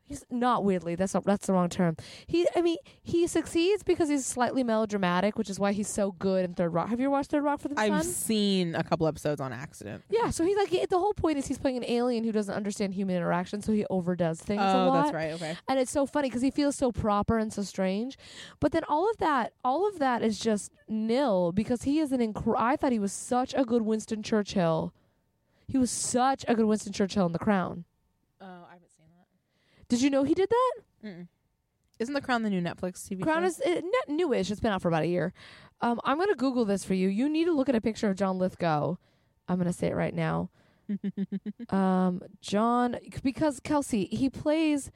S2: He's not weirdly. That's not, that's the wrong term. He, I mean, he succeeds because he's slightly melodramatic, which is why he's so good in Third Rock. Have you ever watched Third Rock for the
S3: I've
S2: Sun?
S3: seen a couple episodes on accident.
S2: Yeah, so he's like the whole point is he's playing an alien who doesn't understand human interaction, so he overdoes things a
S3: oh,
S2: lot.
S3: that's right. Okay.
S2: and it's so funny because he feels so proper and so strange but then all of that all of that is just nil because he is an inc- i thought he was such a good winston churchill he was such a good winston churchill in the crown
S3: Oh, I haven't seen that.
S2: did you know he did that
S3: Mm-mm. Isn't The Crown the new Netflix TV
S2: Crown
S3: show?
S2: is uh, not newish. It's been out for about a year. Um, I'm gonna Google this for you. You need to look at a picture of John Lithgow. I'm gonna say it right now. um, John, because Kelsey, he plays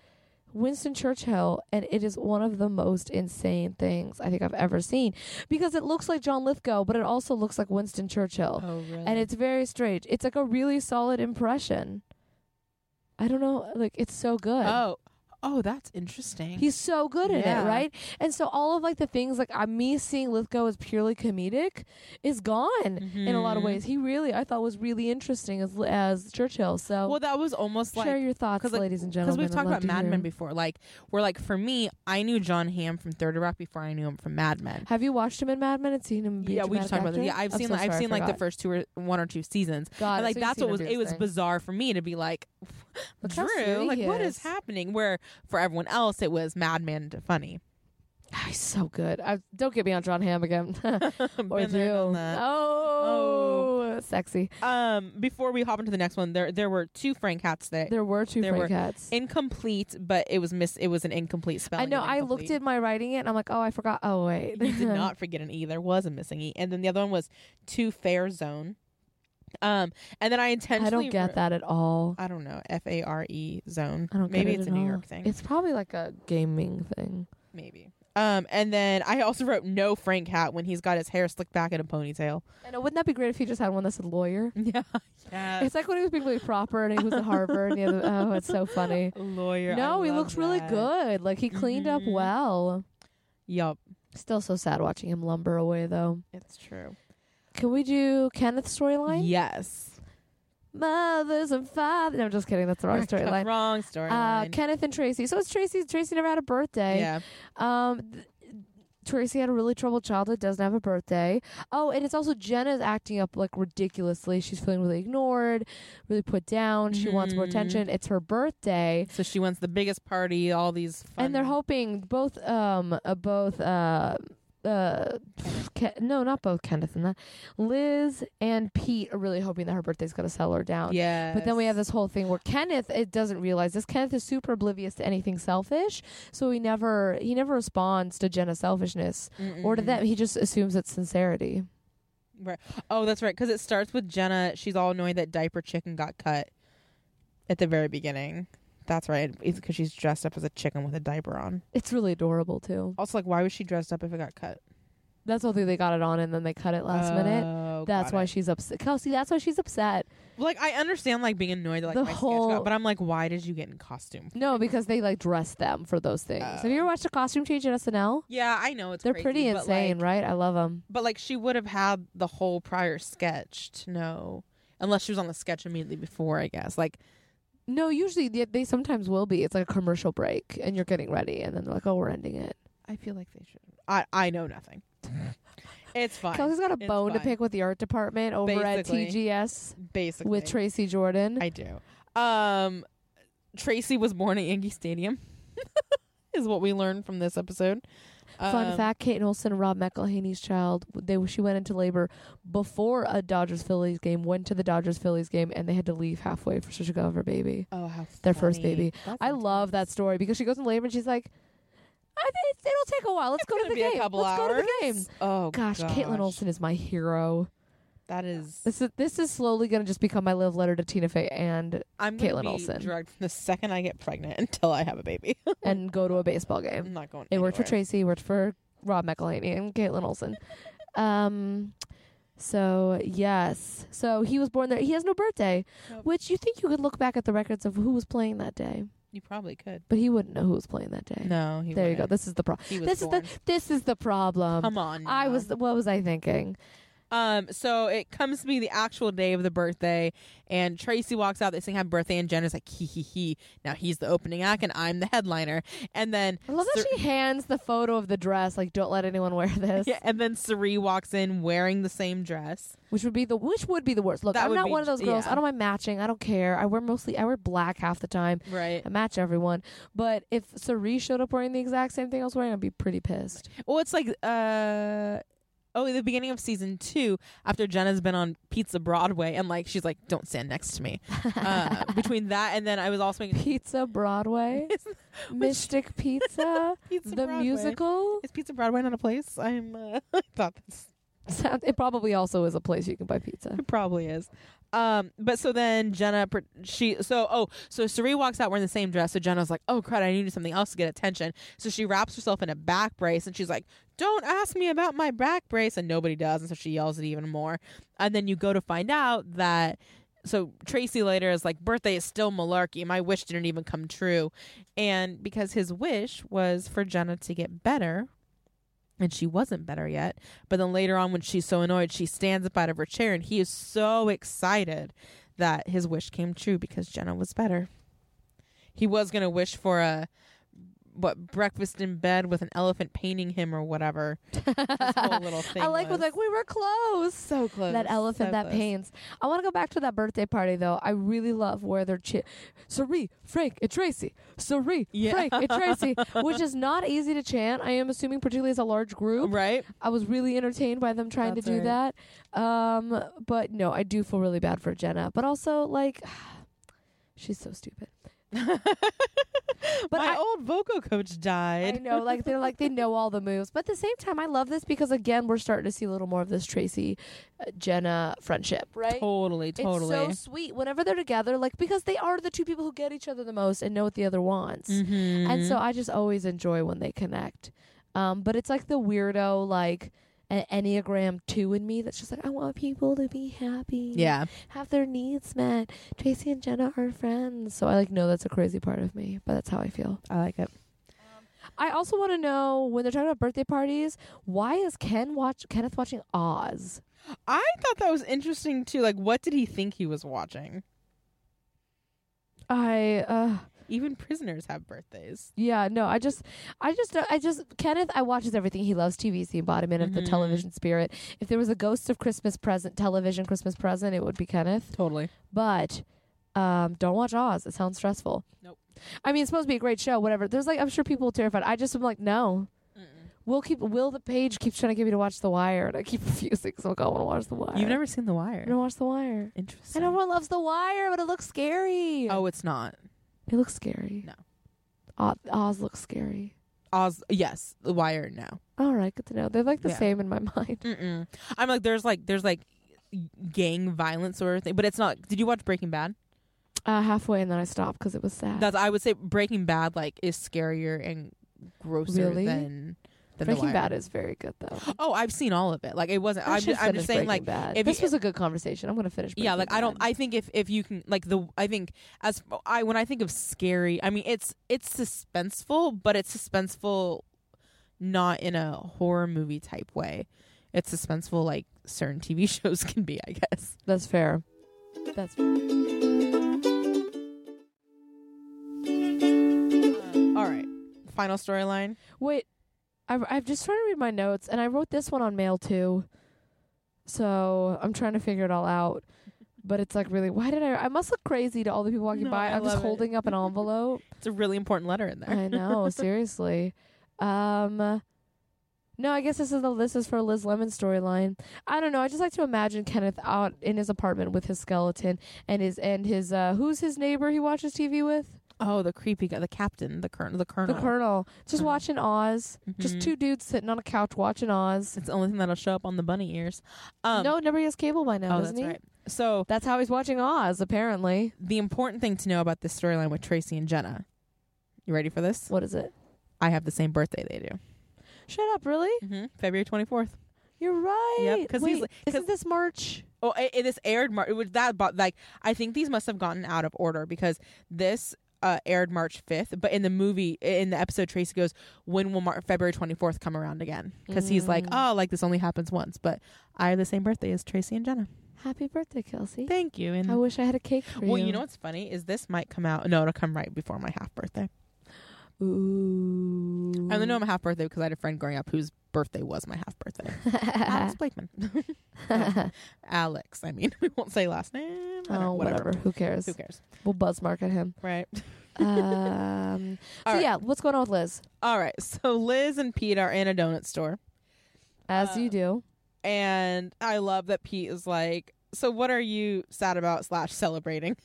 S2: Winston Churchill, and it is one of the most insane things I think I've ever seen. Because it looks like John Lithgow, but it also looks like Winston Churchill,
S3: Oh, really?
S2: and it's very strange. It's like a really solid impression. I don't know, like it's so good.
S3: Oh, oh, that's interesting.
S2: He's so good in
S3: Yeah.
S2: it, right? And so all of like the things like uh, me seeing Lithgow as purely comedic is gone in a lot of
S3: Mhm.
S2: ways. He really I thought was really interesting as as Churchill. So
S3: well, that was almost like
S2: share your thoughts,
S3: 'cause, like-
S2: ladies and
S3: because
S2: gentlemen.
S3: we've
S2: I'd
S3: talked
S2: love
S3: about
S2: to
S3: Mad
S2: hear.
S3: Men before. Like, we're like for me, I knew John Hamm from Thirty Rock before I knew him from Mad Men.
S2: Have you watched him in Mad Men and seen him? Be
S3: Yeah,
S2: a
S3: we
S2: dramatic
S3: just talked about that.
S2: actor?
S3: Yeah, I've
S2: I'm
S3: seen
S2: so
S3: like, I've
S2: sorry,
S3: seen
S2: I
S3: like the
S2: forgot.
S3: first two or one or two seasons.
S2: God,
S3: And like
S2: so you've
S3: that's
S2: seen
S3: what was
S2: him
S3: it
S2: do
S3: was
S2: his thing.
S3: bizarre for me to be like
S2: Look how
S3: Drew, like what is
S2: serious.
S3: happening? Where for everyone else it was Madman to funny.
S2: He's so good. I, don't get me on John Hamm again. or
S3: Been there, done
S2: Drew.
S3: that.
S2: Oh, sexy.
S3: Um, before we hop into the next one, there there were two Frank hats that
S2: There were two
S3: There were-
S2: Frank hats.
S3: incomplete, but it was miss. It was an incomplete spelling.
S2: I know.
S3: of
S2: I looked
S3: incomplete.
S2: at my writing it, and I'm like, oh, I forgot. Oh wait,
S3: You did not forget an e. There was a missing e, and then the other one was two fair zone. Um, and then I intentionally
S2: I don't get
S3: wrote-
S2: that at all.
S3: I don't know. F A R E zone.
S2: I don't get
S3: Maybe
S2: it
S3: it's a
S2: at
S3: New
S2: all.
S3: York thing.
S2: It's probably like a gaming thing.
S3: Maybe. Um, and then I also wrote no Frank hat when he's got his hair slicked back in a ponytail.
S2: I know. Wouldn't that be great if he just had one that said lawyer?
S3: Yeah. Yeah.
S2: It's like when he was being really proper and he was at Harvard and the other. Oh, it's so funny.
S3: Lawyer.
S2: No, he looks really good. Like he cleaned up
S3: Mhm.
S2: well.
S3: Yup.
S2: Still so sad watching him lumber away though.
S3: It's true.
S2: Can we do Kenneth's storyline?
S3: Yes.
S2: Mothers and fathers. No, I'm just kidding. That's the wrong storyline.
S3: Wrong storyline.
S2: Uh, Kenneth and Tracy. So it's Tracy. Tracy never had a birthday.
S3: yeah.
S2: Um, th- Tracy had a really troubled childhood, doesn't have a birthday. Oh, and it's also Jenna's acting up like ridiculously. She's feeling really ignored, really put down. She wants more
S3: Mhm.
S2: attention. It's her birthday.
S3: So she wants the biggest party, all these fun
S2: And they're hoping both, um, uh, both, uh, uh, Ke- no, not both Kenneth and that. Liz and Pete are really hoping that her birthday's going to settle her down.
S3: Yeah.
S2: But then we have this whole thing where Kenneth it doesn't realize this. Kenneth is super oblivious to anything selfish, so he never he never responds to Jenna's selfishness or to
S3: Mm-hmm.
S2: them. He just assumes it's sincerity.
S3: Oh, that's right. Because it starts with Jenna. She's all annoyed that diaper chicken got cut at the very beginning. That's right. It's because she's dressed up as a chicken with a diaper on.
S2: It's really adorable too.
S3: Also, like, why was she dressed up if it got cut?
S2: That's the thing they got it on and then they cut it last minute.
S3: Oh,
S2: That's
S3: got
S2: why
S3: it.
S2: she's upset. Kelsey, that's why she's upset.
S3: Like, I understand like being annoyed that like
S2: The
S3: my
S2: whole-
S3: sketch got, but I'm like, why did you get in costume?
S2: No, because they like dress them for those things. Have you ever watched a costume change at SNL?
S3: Yeah, I know Oh. it's
S2: They're
S3: crazy,
S2: pretty
S3: but,
S2: insane,
S3: like-
S2: right? I love them.
S3: But like, she would have had the whole prior sketch to know, unless she was on the sketch immediately before. I guess like
S2: No, usually they, they sometimes will be. It's like a commercial break and you're getting ready and then they're like, "Oh, we're ending it."
S3: I feel like they should. I I know nothing. it's fine.
S2: Kelsey's got a
S3: It's
S2: bone to
S3: fine.
S2: pick with the art department over
S3: Basically.
S2: at TGS
S3: Basically,
S2: with Tracy Jordan.
S3: I do. Um, Tracy was born at Yankee Stadium, is what we learned from this episode.
S2: Fun
S3: Um,
S2: fact: Kate Olsen and Rob McElhaney's child. They she went into labor before a Dodgers Phillies game. Went to the Dodgers Phillies game and they had to leave halfway for she to go have her baby,
S3: Oh, how
S2: their first
S3: funny.
S2: baby.
S3: That's
S2: I love that
S3: intense.
S2: story because she goes in labor and she's like, "I think it'll take a while. Let's
S3: It's
S2: go to
S3: gonna
S2: the
S3: be
S2: game.
S3: A couple
S2: Let's
S3: hours.
S2: go to the game."
S3: Oh
S2: Gosh, Caitlin Olsen is my hero.
S3: That is.
S2: This is this is slowly going to just become my love letter to Tina Fey and
S3: I'm gonna
S2: Caitlin
S3: be
S2: Olsen.
S3: drugged from the second I get pregnant until I have a baby.
S2: and go to a baseball game.
S3: I'm not going.
S2: It worked for
S3: anywhere.
S2: Tracy, worked for Rob McElhaney and Caitlin Olsen. um, so yes, so he was born there. He has no birthday,
S3: Nope.
S2: which you think you could look back at the records of who was playing that day,
S3: You probably could.
S2: but he wouldn't know who was playing that day.
S3: No, he
S2: there you go.
S3: wouldn't.
S2: This is the problem.
S3: He was
S2: This
S3: born.
S2: is the this is the problem.
S3: Come on.
S2: I
S3: now.
S2: was what was I thinking?
S3: Um, so it comes to be the actual day of the birthday, and Tracy walks out. They sing "Happy Birthday," and Jenna's like, "Hee hee hee." Now he's the opening act, and I'm the headliner. And then
S2: I love that
S3: Sir-
S2: she hands the photo of the dress like don't let anyone wear this,
S3: yeah, and then Sari walks in wearing the same dress.
S2: which would be the which would be the worst. Look,
S3: That
S2: I'm
S3: would
S2: not
S3: be
S2: one of
S3: j-
S2: those girls.
S3: yeah.
S2: I don't mind matching. I don't care. I wear mostly I wear black half the time.
S3: Right.
S2: I match everyone. But if Cerise showed up wearing the exact same thing I was wearing, I'd be pretty pissed.
S3: Well, it's like uh, oh, the beginning of season two, after Jenna's been on Pizza Broadway and like she's like, don't stand next to me. Uh, between that and then I was also making
S2: Pizza Broadway, Mystic Pizza,
S3: Pizza
S2: the
S3: Broadway.
S2: musical.
S3: Is Pizza Broadway not a place? I'm. Uh, I thought this
S2: Sound- It probably also is a place you can buy pizza.
S3: it probably is. Um, but so then Jenna, pr- she so oh so Sari walks out wearing the same dress. So Jenna's like, oh crud, I need to do something else to get attention. So she wraps herself in a back brace and she's like, don't ask me about my back brace, and nobody does. And so she yells it even more. And then you go to find out that so Tracy later is like, birthday is still malarkey. My wish didn't even come true, and because his wish was for Jenna to get better, and she wasn't better yet. But then later on, when she's so annoyed, she stands up out of her chair, and he is so excited that his wish came true because Jenna was better. He was gonna wish for a what breakfast in bed with an elephant painting him or whatever. This whole little thing
S2: I like
S3: was
S2: was like we were close.
S3: so close.
S2: That elephant
S3: so
S2: that
S3: close.
S2: paints. I want to go back to that birthday party though. I really love where they're chi- Sari, Frank, and Tracy. Sari,
S3: Yeah.
S2: Frank, and Tracy, which is not easy to chant. I am assuming, particularly as a large group.
S3: right?
S2: I was really entertained by them trying
S3: That's
S2: to do
S3: right.
S2: that. Um, but no, I do feel really bad for Jenna. But also, like, she's so stupid.
S3: But
S2: But
S3: my
S2: I-
S3: old vocal coach
S2: I
S3: died.
S2: know, like they're like they know all the moves, but at the same time, I love this because again, we're starting to see a little more of this Tracy, uh, Jenna friendship, right?
S3: Totally, totally.
S2: It's so sweet whenever they're together, like because they are the two people who get each other the most and know what the other wants.
S3: Mhm.
S2: And so I just always enjoy when they connect. Um, but it's like the weirdo, like an Enneagram 2 in me that's just like, I want people to be happy.
S3: yeah,
S2: Have their needs met. Tracy and Jenna are friends. So I like know that's a crazy part of me, but that's how I feel. Um,
S3: I like it.
S2: I also want to know when they're talking about birthday parties, why is Ken watch Kenneth watching Oz?
S3: I thought that was interesting too. Like, what did he think he was watching?
S2: I uh
S3: Even prisoners have birthdays.
S2: Yeah, no, I just, I just, I just, Kenneth, I watches everything. He loves TV. He's the embodiment of
S3: Mhm.
S2: the television spirit. If there was a ghost of Christmas present, television Christmas present, it would be Kenneth.
S3: Totally.
S2: But um, don't watch Oz. It sounds stressful.
S3: Nope.
S2: I mean, it's supposed to be a great show, whatever. There's like, I'm sure people are terrified. I just am like, no. We'll keep, Will the page keeps trying to get me to watch The Wire, and I keep refusing because I'm like, I want to watch The Wire.
S3: You've never seen The Wire.
S2: I don't watch The Wire.
S3: Interesting.
S2: And everyone loves The Wire, but it looks scary.
S3: Oh, it's not.
S2: It looks scary.
S3: No.
S2: Oz, Oz looks scary.
S3: Oz. Yes, The Wire. No.
S2: All right, good to know. They're like the
S3: Yeah.
S2: same in my mind.
S3: Mm-mm. I'm like, there's like, there's like, gang violence sort of thing, but it's not. Did you watch Breaking Bad?
S2: Uh, halfway, and then I stopped because it was sad.
S3: That's. I would say Breaking Bad like is scarier and grosser
S2: Really?
S3: than than The
S2: Breaking
S3: Wire.
S2: Bad is very good though.
S3: Oh, I've seen all of it. Like it wasn't.
S2: I
S3: I'm
S2: should
S3: just, I'm
S2: finish
S3: just saying,
S2: Breaking
S3: like,
S2: Bad.
S3: if
S2: this
S3: you-
S2: was a good conversation. I'm gonna finish.
S3: yeah,
S2: Breaking
S3: like I don't.
S2: Bad.
S3: I think if if you can, like the. I think as I when I think of scary, I mean it's it's suspenseful, but it's suspenseful, not in a horror movie type way. It's suspenseful like certain TV shows can be, I guess.
S2: That's fair. That's
S3: All right, final storyline.
S2: wait. I I've just trying to read my notes, and I wrote this one on mail too. So I'm trying to figure it all out. But it's like really, why did I? I must look crazy to all the people walking
S3: No,
S2: by.
S3: I
S2: I'm just
S3: love it.
S2: holding up an envelope.
S3: It's a really important letter in there.
S2: I know, seriously. Um No, I guess this is the this is for Liz Lemon storyline. I don't know. I just like to imagine Kenneth out in his apartment with his skeleton and his and his uh who's his neighbor he watches TV with?
S3: Oh, the creepy guy, the captain, the colonel, the colonel. Uh-huh.
S2: The Colonel. Just
S3: Colonel.
S2: watching Oz. Just
S3: Mhm.
S2: two dudes sitting on a couch watching Oz.
S3: It's the only thing that'll show up on the bunny ears. Um,
S2: no, nobody has cable by now,
S3: oh,
S2: doesn't
S3: that's
S2: he?
S3: right. So
S2: That's how he's watching Oz, apparently.
S3: the important thing to know about this storyline with Tracy and Jenna. You ready for this?
S2: What is it?
S3: I have the same birthday they do.
S2: Shut up, really?
S3: Mm-hmm. February 24th.
S2: You're right.
S3: 'cause he's
S2: Wait,
S3: like- 'cause-
S2: isn't this March?
S3: Oh, it, it, this aired March. It was that, but like I think these must have gotten out of order because this uh, aired March fifth. But in the movie, in the episode, Tracy goes, "When will Mar- February twenty fourth come around again?" Because he's like,
S2: Mm.
S3: "Oh, like this only happens once." But I have the same birthday as Tracy and Jenna.
S2: Happy birthday, Kelsey.
S3: Thank you. And
S2: I wish I had a cake for
S3: well,
S2: you.
S3: you know what's funny is this might come out. No, it'll come right before my half birthday.
S2: Ooh.
S3: I only know I'm a half birthday because I had a friend growing up whose birthday was my half birthday. Alex Blakeman. Alex, I mean, we won't say last name. I don't-
S2: oh, whatever. Who cares?
S3: Who cares?
S2: We'll buzz mark at him.
S3: Right.
S2: Um, so
S3: All right.
S2: yeah, what's going on with Liz?
S3: All right. So Liz and Pete are in a donut store.
S2: As
S3: Uh,
S2: you do.
S3: And I love that Pete is like, so what are you sad about slash celebrating?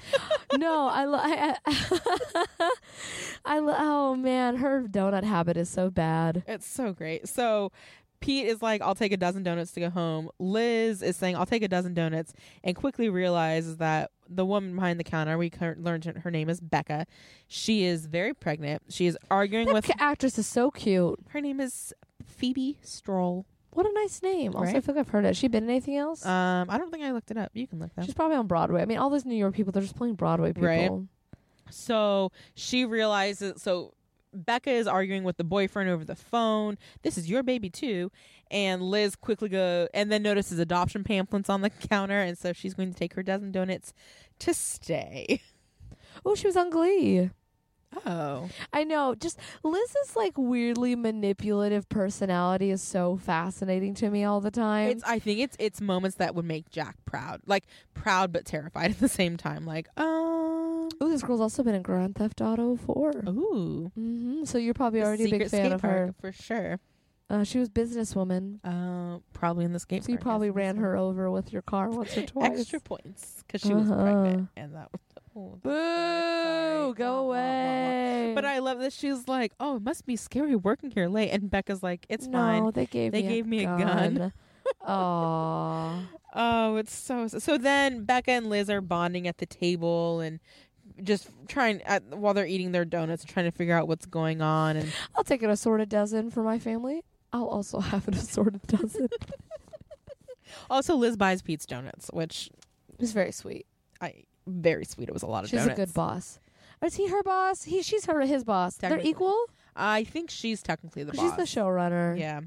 S2: no, I lo- I, I, I lo- oh man, her donut habit is so bad.
S3: It's so great. So Pete is like, I'll take a dozen donuts to go home. Liz is saying, I'll take a dozen donuts, and quickly realizes that the woman behind the counter, we cur- learned her name is Becca. She is very pregnant. She is arguing
S2: That
S3: with.
S2: ca- actress is so cute.
S3: Her name is Phoebe Stroll.
S2: What a nice name. Also, I
S3: Right?
S2: feel like I've heard it. Has she been in anything else?
S3: Um, I don't think I looked it up. You can look that. up.
S2: She's probably on Broadway. I mean, all those New York people, they're just playing Broadway people.
S3: Right. So she realizes. So Becca is arguing with the boyfriend over the phone. This is your baby too. And Liz quickly go and then notices adoption pamphlets on the counter, and so she's going to take her dozen donuts to stay.
S2: Oh, she was on Glee.
S3: Oh,
S2: I know. Just Liz's like weirdly manipulative personality is so fascinating to me all the time.
S3: it's. I think it's it's moments that would make Jack proud, like proud but terrified at the same time. Like, um,
S2: oh, this girl's also been in Grand Theft Auto 4.
S3: ooh,
S2: hmm So you're probably
S3: Oh. the
S2: already a big
S3: secret
S2: fan
S3: skate
S2: of
S3: park,
S2: her.
S3: for sure.
S2: Uh, she was businesswoman,
S3: Uh, probably in the skate.
S2: so you
S3: park,
S2: probably
S3: yes.
S2: ran her over with your car once or twice.
S3: extra points because she was
S2: Uh-huh.
S3: pregnant, and that was. Oh,
S2: Boo!
S3: that's sad. Sorry.
S2: Go
S3: Blah, blah, blah,
S2: away.
S3: blah. But I love that she's like, "Oh, it must be scary working here late," and Becca's like, "It's
S2: no,
S3: fine."
S2: they gave
S3: They
S2: me
S3: gave
S2: a
S3: me a gun.
S2: gun. Aw.
S3: Oh, it's so so. Then Becca and Liz are bonding at the table and just trying at, while they're eating their donuts, trying to figure out what's going on. And
S2: I'll take an assorted dozen for my family. I'll also have an assorted dozen.
S3: also, Liz buys Pete's donuts, which
S2: It's very sweet.
S3: I very sweet. It was a lot of
S2: She's
S3: donuts.
S2: a good boss. Is he her boss? He, she's her, his boss. They're
S3: Technically.
S2: equal.
S3: I think she's technically the
S2: 'Cause
S3: boss.
S2: She's the showrunner.
S3: Yeah.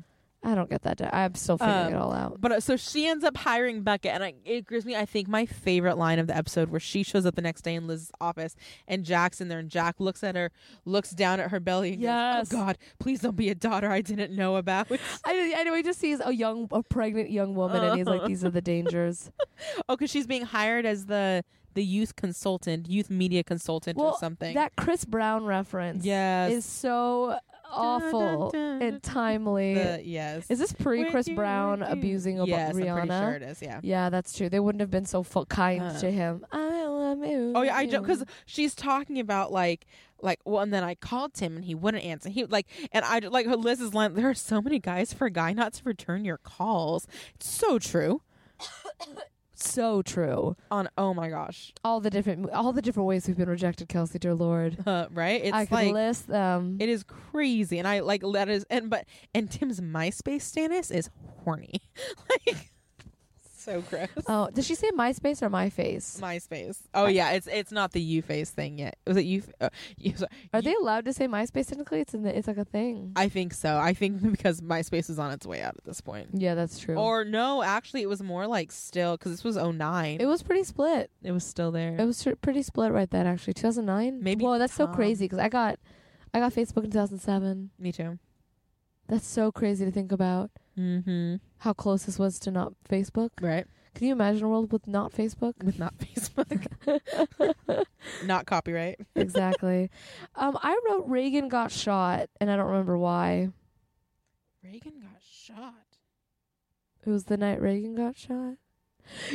S2: I don't get that. di- I'm still figuring
S3: Um,
S2: it all out.
S3: But uh, so she ends up hiring Becca, and I, it gives me, I think, my favorite line of the episode where she shows up the next day in Liz's office, and Jack's in there, and Jack looks at her, looks down at her belly, and goes,
S2: Yes.
S3: "Oh God, please don't be a daughter I didn't know about."
S2: I, I know he just sees a young, a pregnant young woman, and he's like, "These are the dangers."
S3: oh, because she's being hired as the the youth consultant, youth media consultant,
S2: well,
S3: or something.
S2: that Chris Brown reference,
S3: yes,
S2: is so awful
S3: dun, dun.
S2: and timely.
S3: the, yes,
S2: is this pre
S3: When
S2: Chris
S3: you-
S2: Brown
S3: when you-
S2: abusing ab-
S3: yes,
S2: Rihanna?
S3: I'm pretty sure it is. Yeah.
S2: Yeah, that's true. They wouldn't have been so full kind
S3: Uh.
S2: to him. I love you.
S3: Oh yeah, I don't because
S2: Mm-hmm.
S3: she's talking about like like well, and then I called him and he wouldn't answer. He like and I like her Liz's line. There are so many guys for a guy not to return your calls. It's so true.
S2: so true.
S3: On oh my gosh,
S2: All the different, all the different ways we've been rejected, Kelsey, dear Lord.
S3: uh, right? It's
S2: I could
S3: like
S2: list them.
S3: it is crazy, and I like that is and but and Tim's MySpace status is horny, like so gross.
S2: oh, does she say MySpace or my face?
S3: MySpace. Oh yeah, it's it's not the you face thing yet. Was it you? Uh, you sorry,
S2: Are they allowed to say MySpace technically? It's in the, it's like a thing.
S3: I think so. I think because MySpace is on its way out at this point.
S2: yeah, that's true.
S3: Or no, actually, it was more like still because this was 09.
S2: it Oh. was pretty split.
S3: It was still there.
S2: It was tr- pretty split right then, actually. 2009?
S3: Maybe
S2: Whoa, that's so
S3: Tom.
S2: crazy because I got, I got Facebook in 2007.
S3: Me too.
S2: That's so crazy to think about
S3: Mm-hmm.
S2: how close this was to not Facebook.
S3: Right.
S2: Can you imagine a world with not Facebook?
S3: With not Facebook, not copyright.
S2: exactly. Um, I wrote Reagan got shot, and I don't remember why.
S3: Reagan got shot.
S2: It was the night Reagan got shot.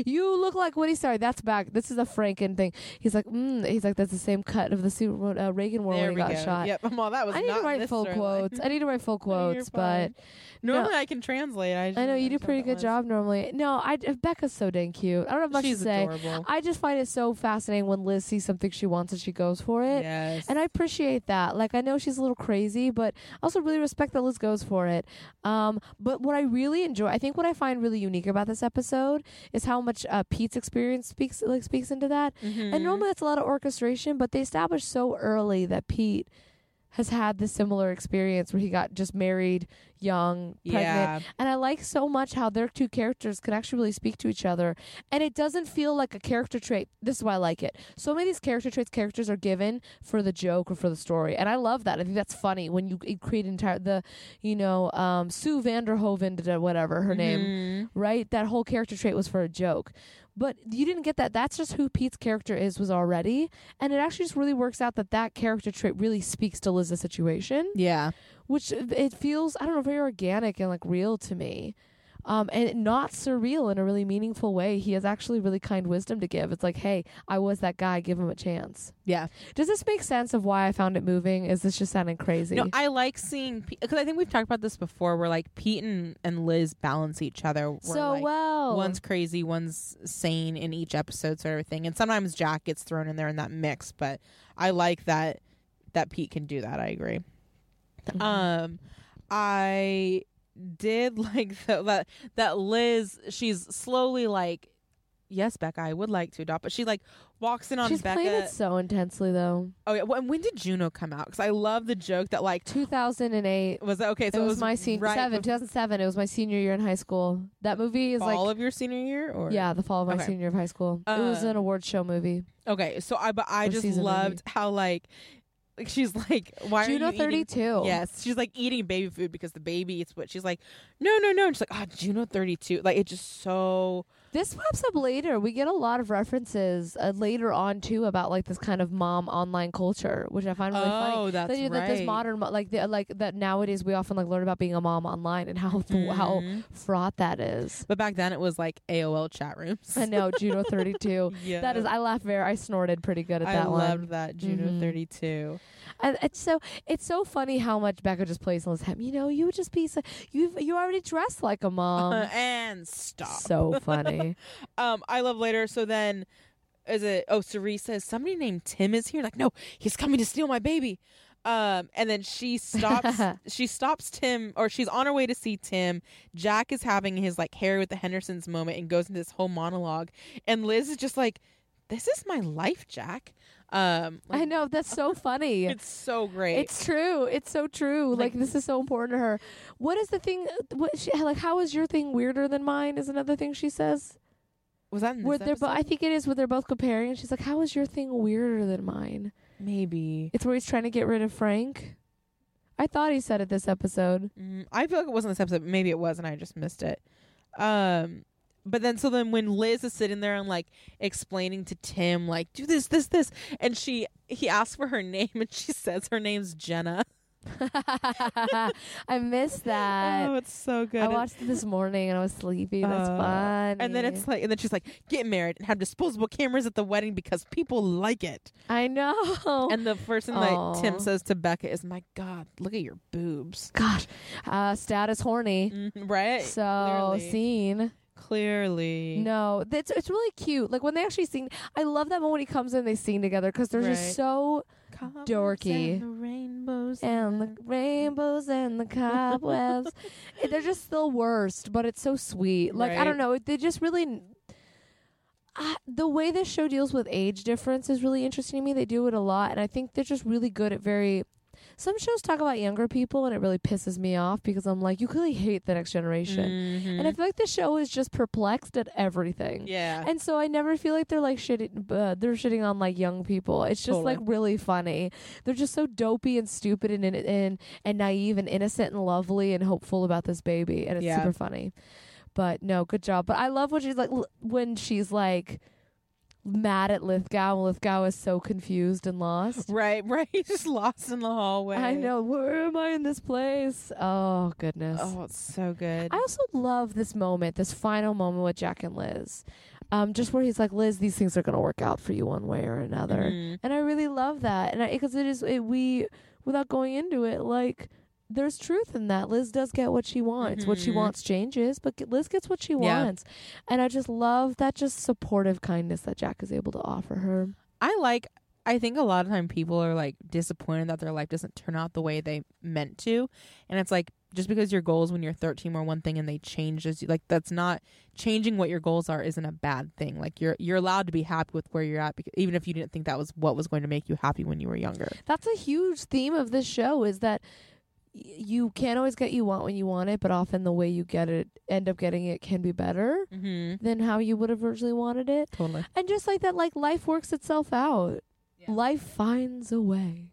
S2: You look like Woody. Sorry, that's back. This is a Franken thing. He's like, mm, he's like, that's the same cut of the suit when, uh, Reagan wore
S3: there
S2: when he
S3: we
S2: got
S3: go.
S2: shot.
S3: Yep. Well, that was
S2: I need
S3: not
S2: to write
S3: this
S2: full
S3: storyline.
S2: quotes. I need to write full
S3: No, you're
S2: quotes, but
S3: fine. normally I can translate. I, just
S2: I know
S3: didn't
S2: you do
S3: what
S2: pretty
S3: that
S2: good
S3: was.
S2: job normally. No, I Becca's so dang cute. I don't have much
S3: She's
S2: to say.
S3: adorable.
S2: I just find it so fascinating when Liz sees something she wants and she goes for it.
S3: yes.
S2: And I appreciate that. Like I know she's a little crazy, but I also really respect that Liz goes for it. Um, but what I really enjoy, I think what I find really unique about this episode is how much uh, Pete's experience speaks like speaks into that.
S3: Mm-hmm.
S2: And normally it's a lot of orchestration, but they establish so early that Pete has had this similar experience where he got just married, young, pregnant,
S3: yeah.
S2: and I like so much how their two characters can actually really speak to each other. And it doesn't feel like a character trait. This is why I like it. So many of these character traits characters are given for the joke or for the story. And I love that. I think that's funny when you create entire the, you know, um, Sue Vanderhoven, da- da- whatever her name,
S3: Mhm.
S2: right? That whole character trait was for a joke. But you didn't get that. That's just who Pete's character is was already. And it actually just really works out that that character trait really speaks to Liz's situation
S3: Yeah.
S2: which it feels I don't know very organic and like real to me. um, and not surreal in a really meaningful way. He has actually really kind wisdom to give. It's like, hey, I was that guy. Give him a chance.
S3: Yeah.
S2: Does this make sense of why I found it moving? Is this just sounding crazy?
S3: No, I like seeing because I think we've talked about this before. Where like Pete and, and Liz balance each other. Where,
S2: so
S3: like,
S2: well.
S3: One's crazy, one's sane in each episode, sort of thing. And sometimes Jack gets thrown in there in that mix, but I like that that Pete can do that. I agree.
S2: Mm-hmm.
S3: Um, I did like the, that that Liz. She's slowly like, yes, Becca, I would like to adopt, but she like walks in on
S2: She's
S3: Becca.
S2: played it so intensely though.
S3: oh yeah, well, and when did Juno come out? Because I love the joke that like
S2: 2008.
S3: was that okay? So
S2: it was, my senior
S3: right
S2: seven, 2007. It was my senior year in high school. That movie is
S3: before fall
S2: like
S3: of your senior year, or
S2: yeah, the fall of my
S3: Okay.
S2: senior year of high school. it was
S3: Uh,
S2: an award show movie.
S3: Okay, so I but I
S2: Or
S3: just
S2: season
S3: loved how like like she's like why
S2: Juno
S3: are you eating-
S2: 32.
S3: Yes, she's like eating baby food because the baby eats what she's like. No, no, no. And she's like, oh, Juno thirty two. Like it's just so
S2: This pops up later. We get a lot of references uh, later on too about like this kind of mom online culture, which I find really funny.
S3: Oh, that's
S2: that, you- that this
S3: right.
S2: modern mo- like the, like that nowadays we often like learn about being a mom online and how how
S3: Mhm.
S2: fraught that is.
S3: But back then it was like AOL chat rooms.
S2: I know Juno 32.
S3: yeah,
S2: That is, I laughed very, I snorted pretty good at
S3: I
S2: that one.
S3: loved that Juno
S2: Mhm.
S3: thirty two.
S2: And it's so it's so funny how much Becca just plays on this hem. You know, you would just be so you you already dressed like a mom.
S3: and stop.
S2: so funny.
S3: Um, I love later. So then, is it? Oh, Cerise says somebody named Tim is here. Like, no, he's coming to steal my baby. Um, and then she stops. she stops Tim, or she's on her way to see Tim. Jack is having his like Harry with the Hendersons moment and goes into this whole monologue. And Liz is just like, "This is my life, Jack." Um,
S2: I
S3: like,
S2: know that's so funny.
S3: it's so great.
S2: It's true. It's so true. Like,
S3: Like-
S2: this is so important to her. What is the thing? What she, like? How is your thing weirder than mine? Is another thing she says.
S3: was that in
S2: Where
S3: this
S2: they're, bo-
S3: episode?
S2: I think it is where they're both comparing. And she's like, "How is your thing weirder than mine?"
S3: maybe.
S2: It's where he's trying to get rid of Frank. I thought he said it this episode.
S3: Mm, I feel like it wasn't this episode. But maybe it was, and I just missed it. Um, but then so then when Liz is sitting there and like explaining to Tim like do this this this, and she he asks for her name and she says her name's Jenna.
S2: I missed that.
S3: oh, it's so good.
S2: I
S3: And-
S2: watched it this morning and I was sleepy. That's
S3: uh,
S2: fun.
S3: And then it's like, and then she's like, get married and have disposable cameras at the wedding because people like it.
S2: I know.
S3: And the first thing that
S2: Oh. Aw.
S3: Tim says to Becca is, my God, look at your boobs.
S2: gosh, uh, status horny.
S3: Mhm, right?
S2: Mm-hmm. So
S3: Clearly.
S2: scene.
S3: Clearly.
S2: No, that's it's really cute. Like when they actually sing, I love that moment when he comes in, they sing together because they're
S3: Right.
S2: just so
S3: Cobwebs
S2: dorky. Eh,
S3: and the rainbows
S2: and the rainbows and the cobwebs. they're just the worst, but it's so sweet. Like I
S3: Right.
S2: don't know, they just really. I the way this show deals with age difference is really interesting to me. They do it a lot, and I think they're just really good at very. Some shows talk about younger people, and it really pisses me off because I'm like, you clearly hate the next
S3: Mm-hmm.
S2: generation, and I feel like the show is just perplexed at everything.
S3: yeah,
S2: And so I never feel like they're like shitting. Uh, they're shitting on like young people. It's just
S3: Totally.
S2: like really funny. They're just so dopey and stupid and and and, and naive and innocent and lovely and hopeful about this baby, and it's
S3: Yeah.
S2: super funny. But no, good job. But I love when she's like l- when she's like mad at Lithgow. and Lithgow is so confused and lost.
S3: right, right. He's just lost in the hallway.
S2: I know. Where am I in this place? Oh goodness.
S3: Oh, it's so good.
S2: I also love this moment, this final moment with Jack and Liz, um, just where he's like, "Liz, these things are going to work out for you one way or another,"
S3: Mhm.
S2: and I really love that, and because it is it, we, without going into it, like there's truth in that. Liz does get what she wants. What she
S3: Mhm.
S2: wants changes, but g- Liz gets what she
S3: Yeah.
S2: wants, and I just love that just supportive kindness that Jack is able to offer her.
S3: I like. I think a lot of time people are like disappointed that their life doesn't turn out the way they meant to, and it's like just because your goals when you're 13 were one thing and they change as you like that's not changing what your goals are isn't a bad thing. Like you're you're allowed to be happy with where you're at, because, even if you didn't think that was what was going to make you happy when you were younger.
S2: That's a huge theme of this show is that y- you can't always get you want when you want it, but often the way you get it, end up getting it, can be better
S3: Mm-hmm.
S2: than how you would have originally wanted it.
S3: Totally.
S2: And just like that, like life works itself out.
S3: Yeah.
S2: Life finds a way.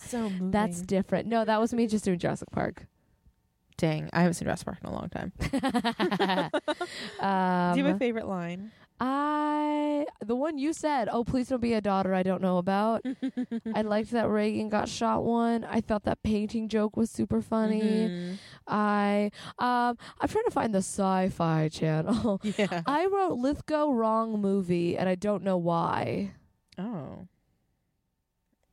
S3: So moving.
S2: That's different. No, that was me just doing Jurassic Park.
S3: dang. I haven't seen Jurassic Park in a long time.
S2: um,
S3: Do you have a favorite line?
S2: I the one you said, oh please don't be a daughter I don't know about. I liked that Reagan got shot one. I thought that painting joke was super funny.
S3: Mhm.
S2: I um I'm trying to find the sci-fi channel.
S3: Yeah.
S2: I wrote Lithgow wrong movie and I don't know why.
S3: oh.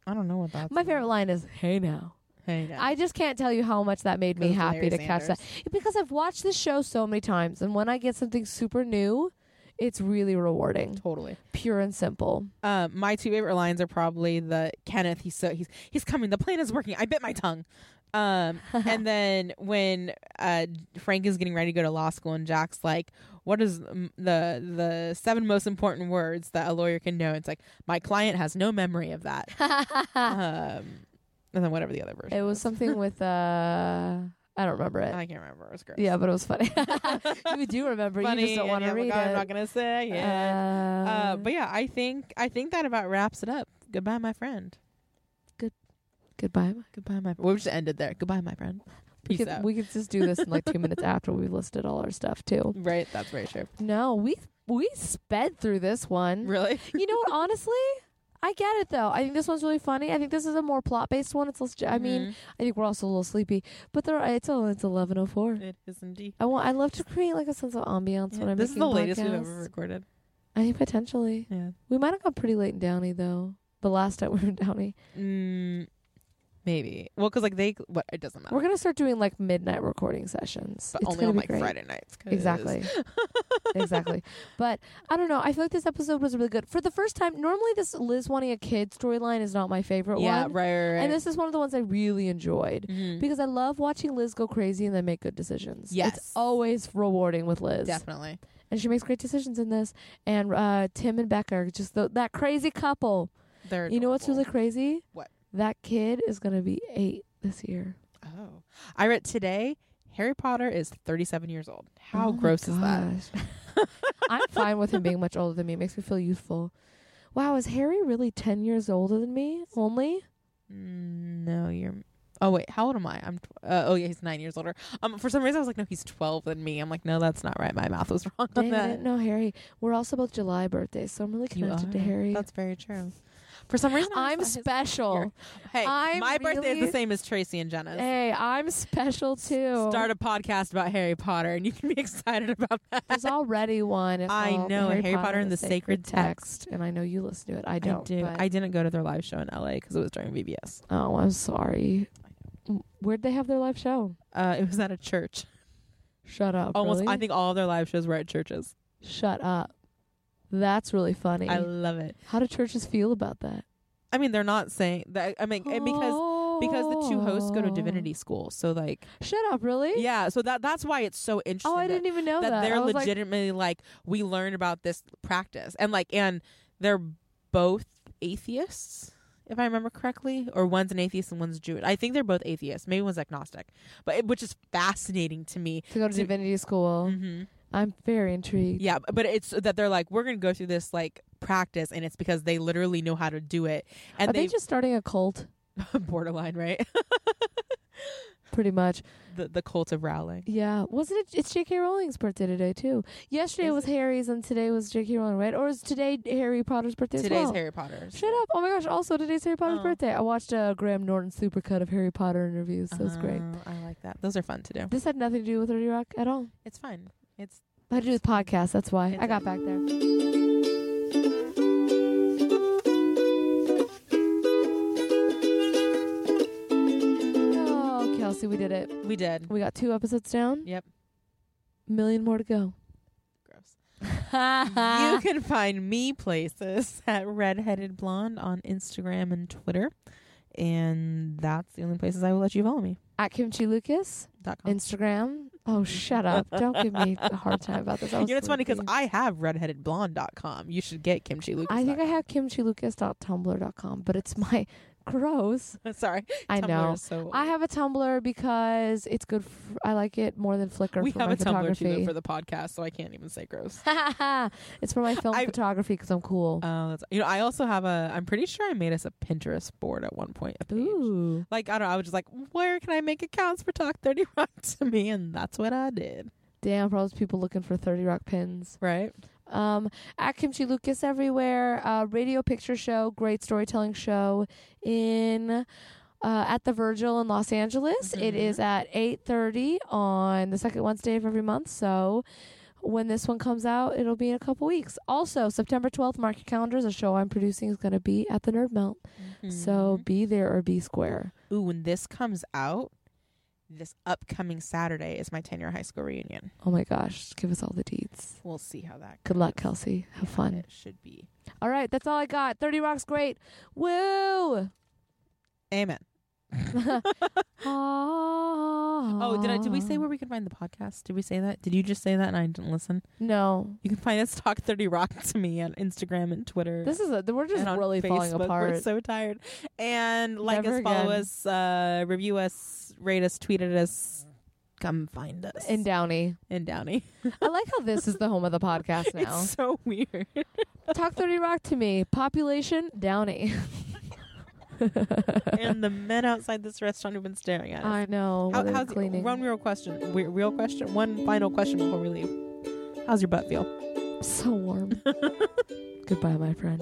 S3: I don't know what that's.
S2: My favorite line is hey now.
S3: Hey, yeah.
S2: I just can't tell you how much that made me
S3: Because
S2: happy
S3: Larry
S2: to catch that because I've watched this show so many times and when I get something super new, it's really rewarding.
S3: totally.
S2: Pure and simple.
S3: Uh, my two favorite lines are probably the Kenneth. He's so he's he's coming. The plan is working. I bit my tongue. Um, and then when uh, Frank is getting ready to go to law school, and Jack's like, "What is mm, the the seven most important words that a lawyer can know?" It's like my client has no memory of that. um, and then whatever the other version.
S2: It was something with uh I don't remember it.
S3: I can't remember. It was gross.
S2: yeah, but it was funny. you do remember.
S3: Funny,
S2: you just don't
S3: and
S2: want
S3: yeah,
S2: to
S3: I'm
S2: read
S3: like,
S2: it.
S3: I'm not gonna say it. Uh,
S2: Uh,
S3: but yeah, I think I think that about wraps it up. Goodbye, my friend.
S2: goodbye.
S3: Goodbye, my. We just ended there. Goodbye, my friend.
S2: We
S3: Peace
S2: could,
S3: out.
S2: we could just do this in like two minutes after we've listed all our stuff too.
S3: right, that's very true.
S2: No, we we sped through this one.
S3: Really?
S2: You know what? Honestly, I get it though. I think this one's really funny. I think this is a more plot based one. It's less. I
S3: Mm-hmm.
S2: mean, I think we're also a little sleepy, but there are, it's only it's eleven oh four.
S3: it is indeed.
S2: I want. I love to create like a sense of ambiance when I'm
S3: this is
S2: making
S3: the latest we've
S2: podcasts.
S3: ever recorded.
S2: I think potentially.
S3: Yeah.
S2: We might have got pretty late in Downey though. The last time we were in Downey,
S3: Mm, maybe. Well, because like they, what it doesn't matter.
S2: we're gonna start doing like midnight recording sessions.
S3: but
S2: It's
S3: only
S2: gonna
S3: on
S2: be
S3: like
S2: great.
S3: Friday nights. 'cause-
S2: Exactly. exactly. But I don't know. I feel like this episode was really good for the first time. Normally, this Liz wanting a kid storyline is not my favorite
S3: Yeah. Right.
S2: one,
S3: Right. right.
S2: and this is one of the ones I really enjoyed
S3: Mhm.
S2: because I love watching Liz go crazy and then make good decisions.
S3: Yes.
S2: it's always rewarding with Liz,
S3: definitely.
S2: and she makes great decisions in this. And uh, Tim and Becca are just the, that crazy couple.
S3: They're
S2: You know what's
S3: adorable.
S2: really crazy?
S3: What?
S2: That kid is gonna be eight this year.
S3: Oh, I read today. Harry Potter is 37 years old. How
S2: Oh my
S3: gross is that?
S2: gosh. I'm fine with him being much older than me. It makes me feel youthful. Wow, is Harry really 10 years older than me only?
S3: Mm, No, you're. Oh wait, how old am I? I'm. Tw- uh, oh yeah, he's nine years older. Um, for some reason I was like, no, he's twelve than me. I'm like, no, that's not right. My math was wrong on
S2: Dang, I
S3: that.
S2: didn't know Harry. We're also both July birthdays, so I'm really
S3: You
S2: connected to
S3: are.
S2: Harry.
S3: That's very true. For some reason, I
S2: I'm
S3: always thought his-
S2: special.
S3: Hey,
S2: I'm
S3: my birthday is
S2: really-
S3: the same as Tracy and Jenna's.
S2: Hey, I'm special too.
S3: Start a podcast about Harry Potter, and you can be excited about that.
S2: There's already one. It's
S3: I
S2: called
S3: know, Harry Potter and the Sacred Text.
S2: and I know you listen to it. I don't.
S3: do.
S2: but-
S3: I didn't go to their live show in LA because it was during VBS.
S2: oh, I'm sorry. Where'd they have their live show?
S3: Uh, it was at a church.
S2: Shut up.
S3: Almost,
S2: really?
S3: I think all of their live shows were at churches.
S2: Shut up. That's really funny.
S3: I love it.
S2: How do churches feel about that?
S3: I mean, they're not saying that. I mean, and because because the two hosts go to
S2: Oh.
S3: divinity school, so like,
S2: Shut up, really?
S3: yeah, so that that's why it's so interesting.
S2: Oh, I
S3: that-
S2: didn't even know
S3: that,
S2: that. I
S3: they're
S2: was like,
S3: legitimately like, we learn about this practice and like and they're both atheists if i remember correctly or one's an atheist and one's jewish i think they're both atheists maybe one's agnostic but it, which is fascinating to me
S2: to go to
S3: to-
S2: divinity school.
S3: mm-hmm.
S2: I'm very intrigued.
S3: yeah but it's that they're like we're gonna go through this like practice and it's because they literally know how to do it and
S2: Are they, just starting a cult?
S3: borderline right
S2: Pretty much.
S3: the, the cult of rowling
S2: Yeah. Wasn't it? It's J.K. Rowling's birthday today too. Yesterday
S3: Is
S2: was Harry's, and today was J.K. Rowling, right? Or is today Harry Potter's birthday? as
S3: today's
S2: well?
S3: harry potter's
S2: Shut up! Oh my gosh! Also, today's Harry Potter's
S3: Oh.
S2: birthday. I watched a Graham Norton supercut of Harry Potter interviews. So it's great.
S3: Oh, i like that those are fun to do
S2: This had nothing to do with Thirty Rock at all.
S3: it's fun it's
S2: I had to do with podcasts. That's why I got back there. Oh, Kelsey, we did it.
S3: we did
S2: We got two episodes down.
S3: Yep.
S2: Million more to go.
S3: gross you can find me places at redheaded blonde on instagram and twitter and that's the only places i will let you follow me
S2: At Kimchi Lucas,
S3: dot com.
S2: Instagram. Oh, shut up. Don't give me a hard time about this. I
S3: you
S2: was
S3: know it's funny because
S2: sleepy.
S3: i have redheadedblonde.com you should get kimchi lucas
S2: I think I have kimchilucas.tumblr.com, but it's my gross.
S3: sorry
S2: I
S3: Tumblr
S2: know.
S3: is so
S2: I have a Tumblr because it's good. f I I like it more than Flickr
S3: we
S2: for
S3: have
S2: my
S3: a tumblr
S2: photography.
S3: too though, for the podcast so i can't even say gross
S2: it's for my film
S3: I-
S2: photography photography because I'm cool.
S3: oh that's, you know i also have a i'm pretty sure i made us a pinterest board at one point a page.
S2: Ooh,
S3: like i don't know i was just like where can i make accounts for talk 30 rock to me and that's what i did
S2: damn! For all those people looking for Thirty Rock pins.
S3: right
S2: Um, at Kimchi Lucas everywhere. Uh, radio picture show, great storytelling show in uh, at the Virgil in Los Angeles. It is at eight thirty on the second Wednesday of every month. So when this one comes out, it'll be in a couple weeks. Also, September twelfth, mark your calendars. A show I'm producing is going to be at the Nerd Melt. So be there or be square.
S3: ooh, when this comes out, this upcoming Saturday is my 10 year high school reunion.
S2: Oh my gosh, give us all the deeds.
S3: We'll see how that
S2: Good luck, Kelsey. Have fun.
S3: It should be.
S2: All right, that's all I got. 30 Rock's great. Woo!
S3: Amen. Oh, did I did we say where we can find the podcast? Did we say that? Did you just say that and I didn't listen?
S2: No.
S3: You can find us talk 30 rock to me on Instagram and Twitter.
S2: This is a, we're just
S3: and on
S2: really falling
S3: Facebook. We're
S2: apart.
S3: so tired. And like
S2: Never
S3: us, follow
S2: again.
S3: us, uh, review us, rate us, tweet at us. Come find us
S2: in Downey.
S3: in Downey.
S2: I like how this is the home of the podcast now.
S3: It's so weird.
S2: Talk 30 Rock to me. Population Downey.
S3: and the men outside this restaurant have been staring at us.
S2: I know.
S3: How,
S2: they're
S3: how's
S2: cleaning.
S3: one real question? we- Real question. One final question before we leave. How's your butt feel?
S2: so warm. Goodbye, my friend.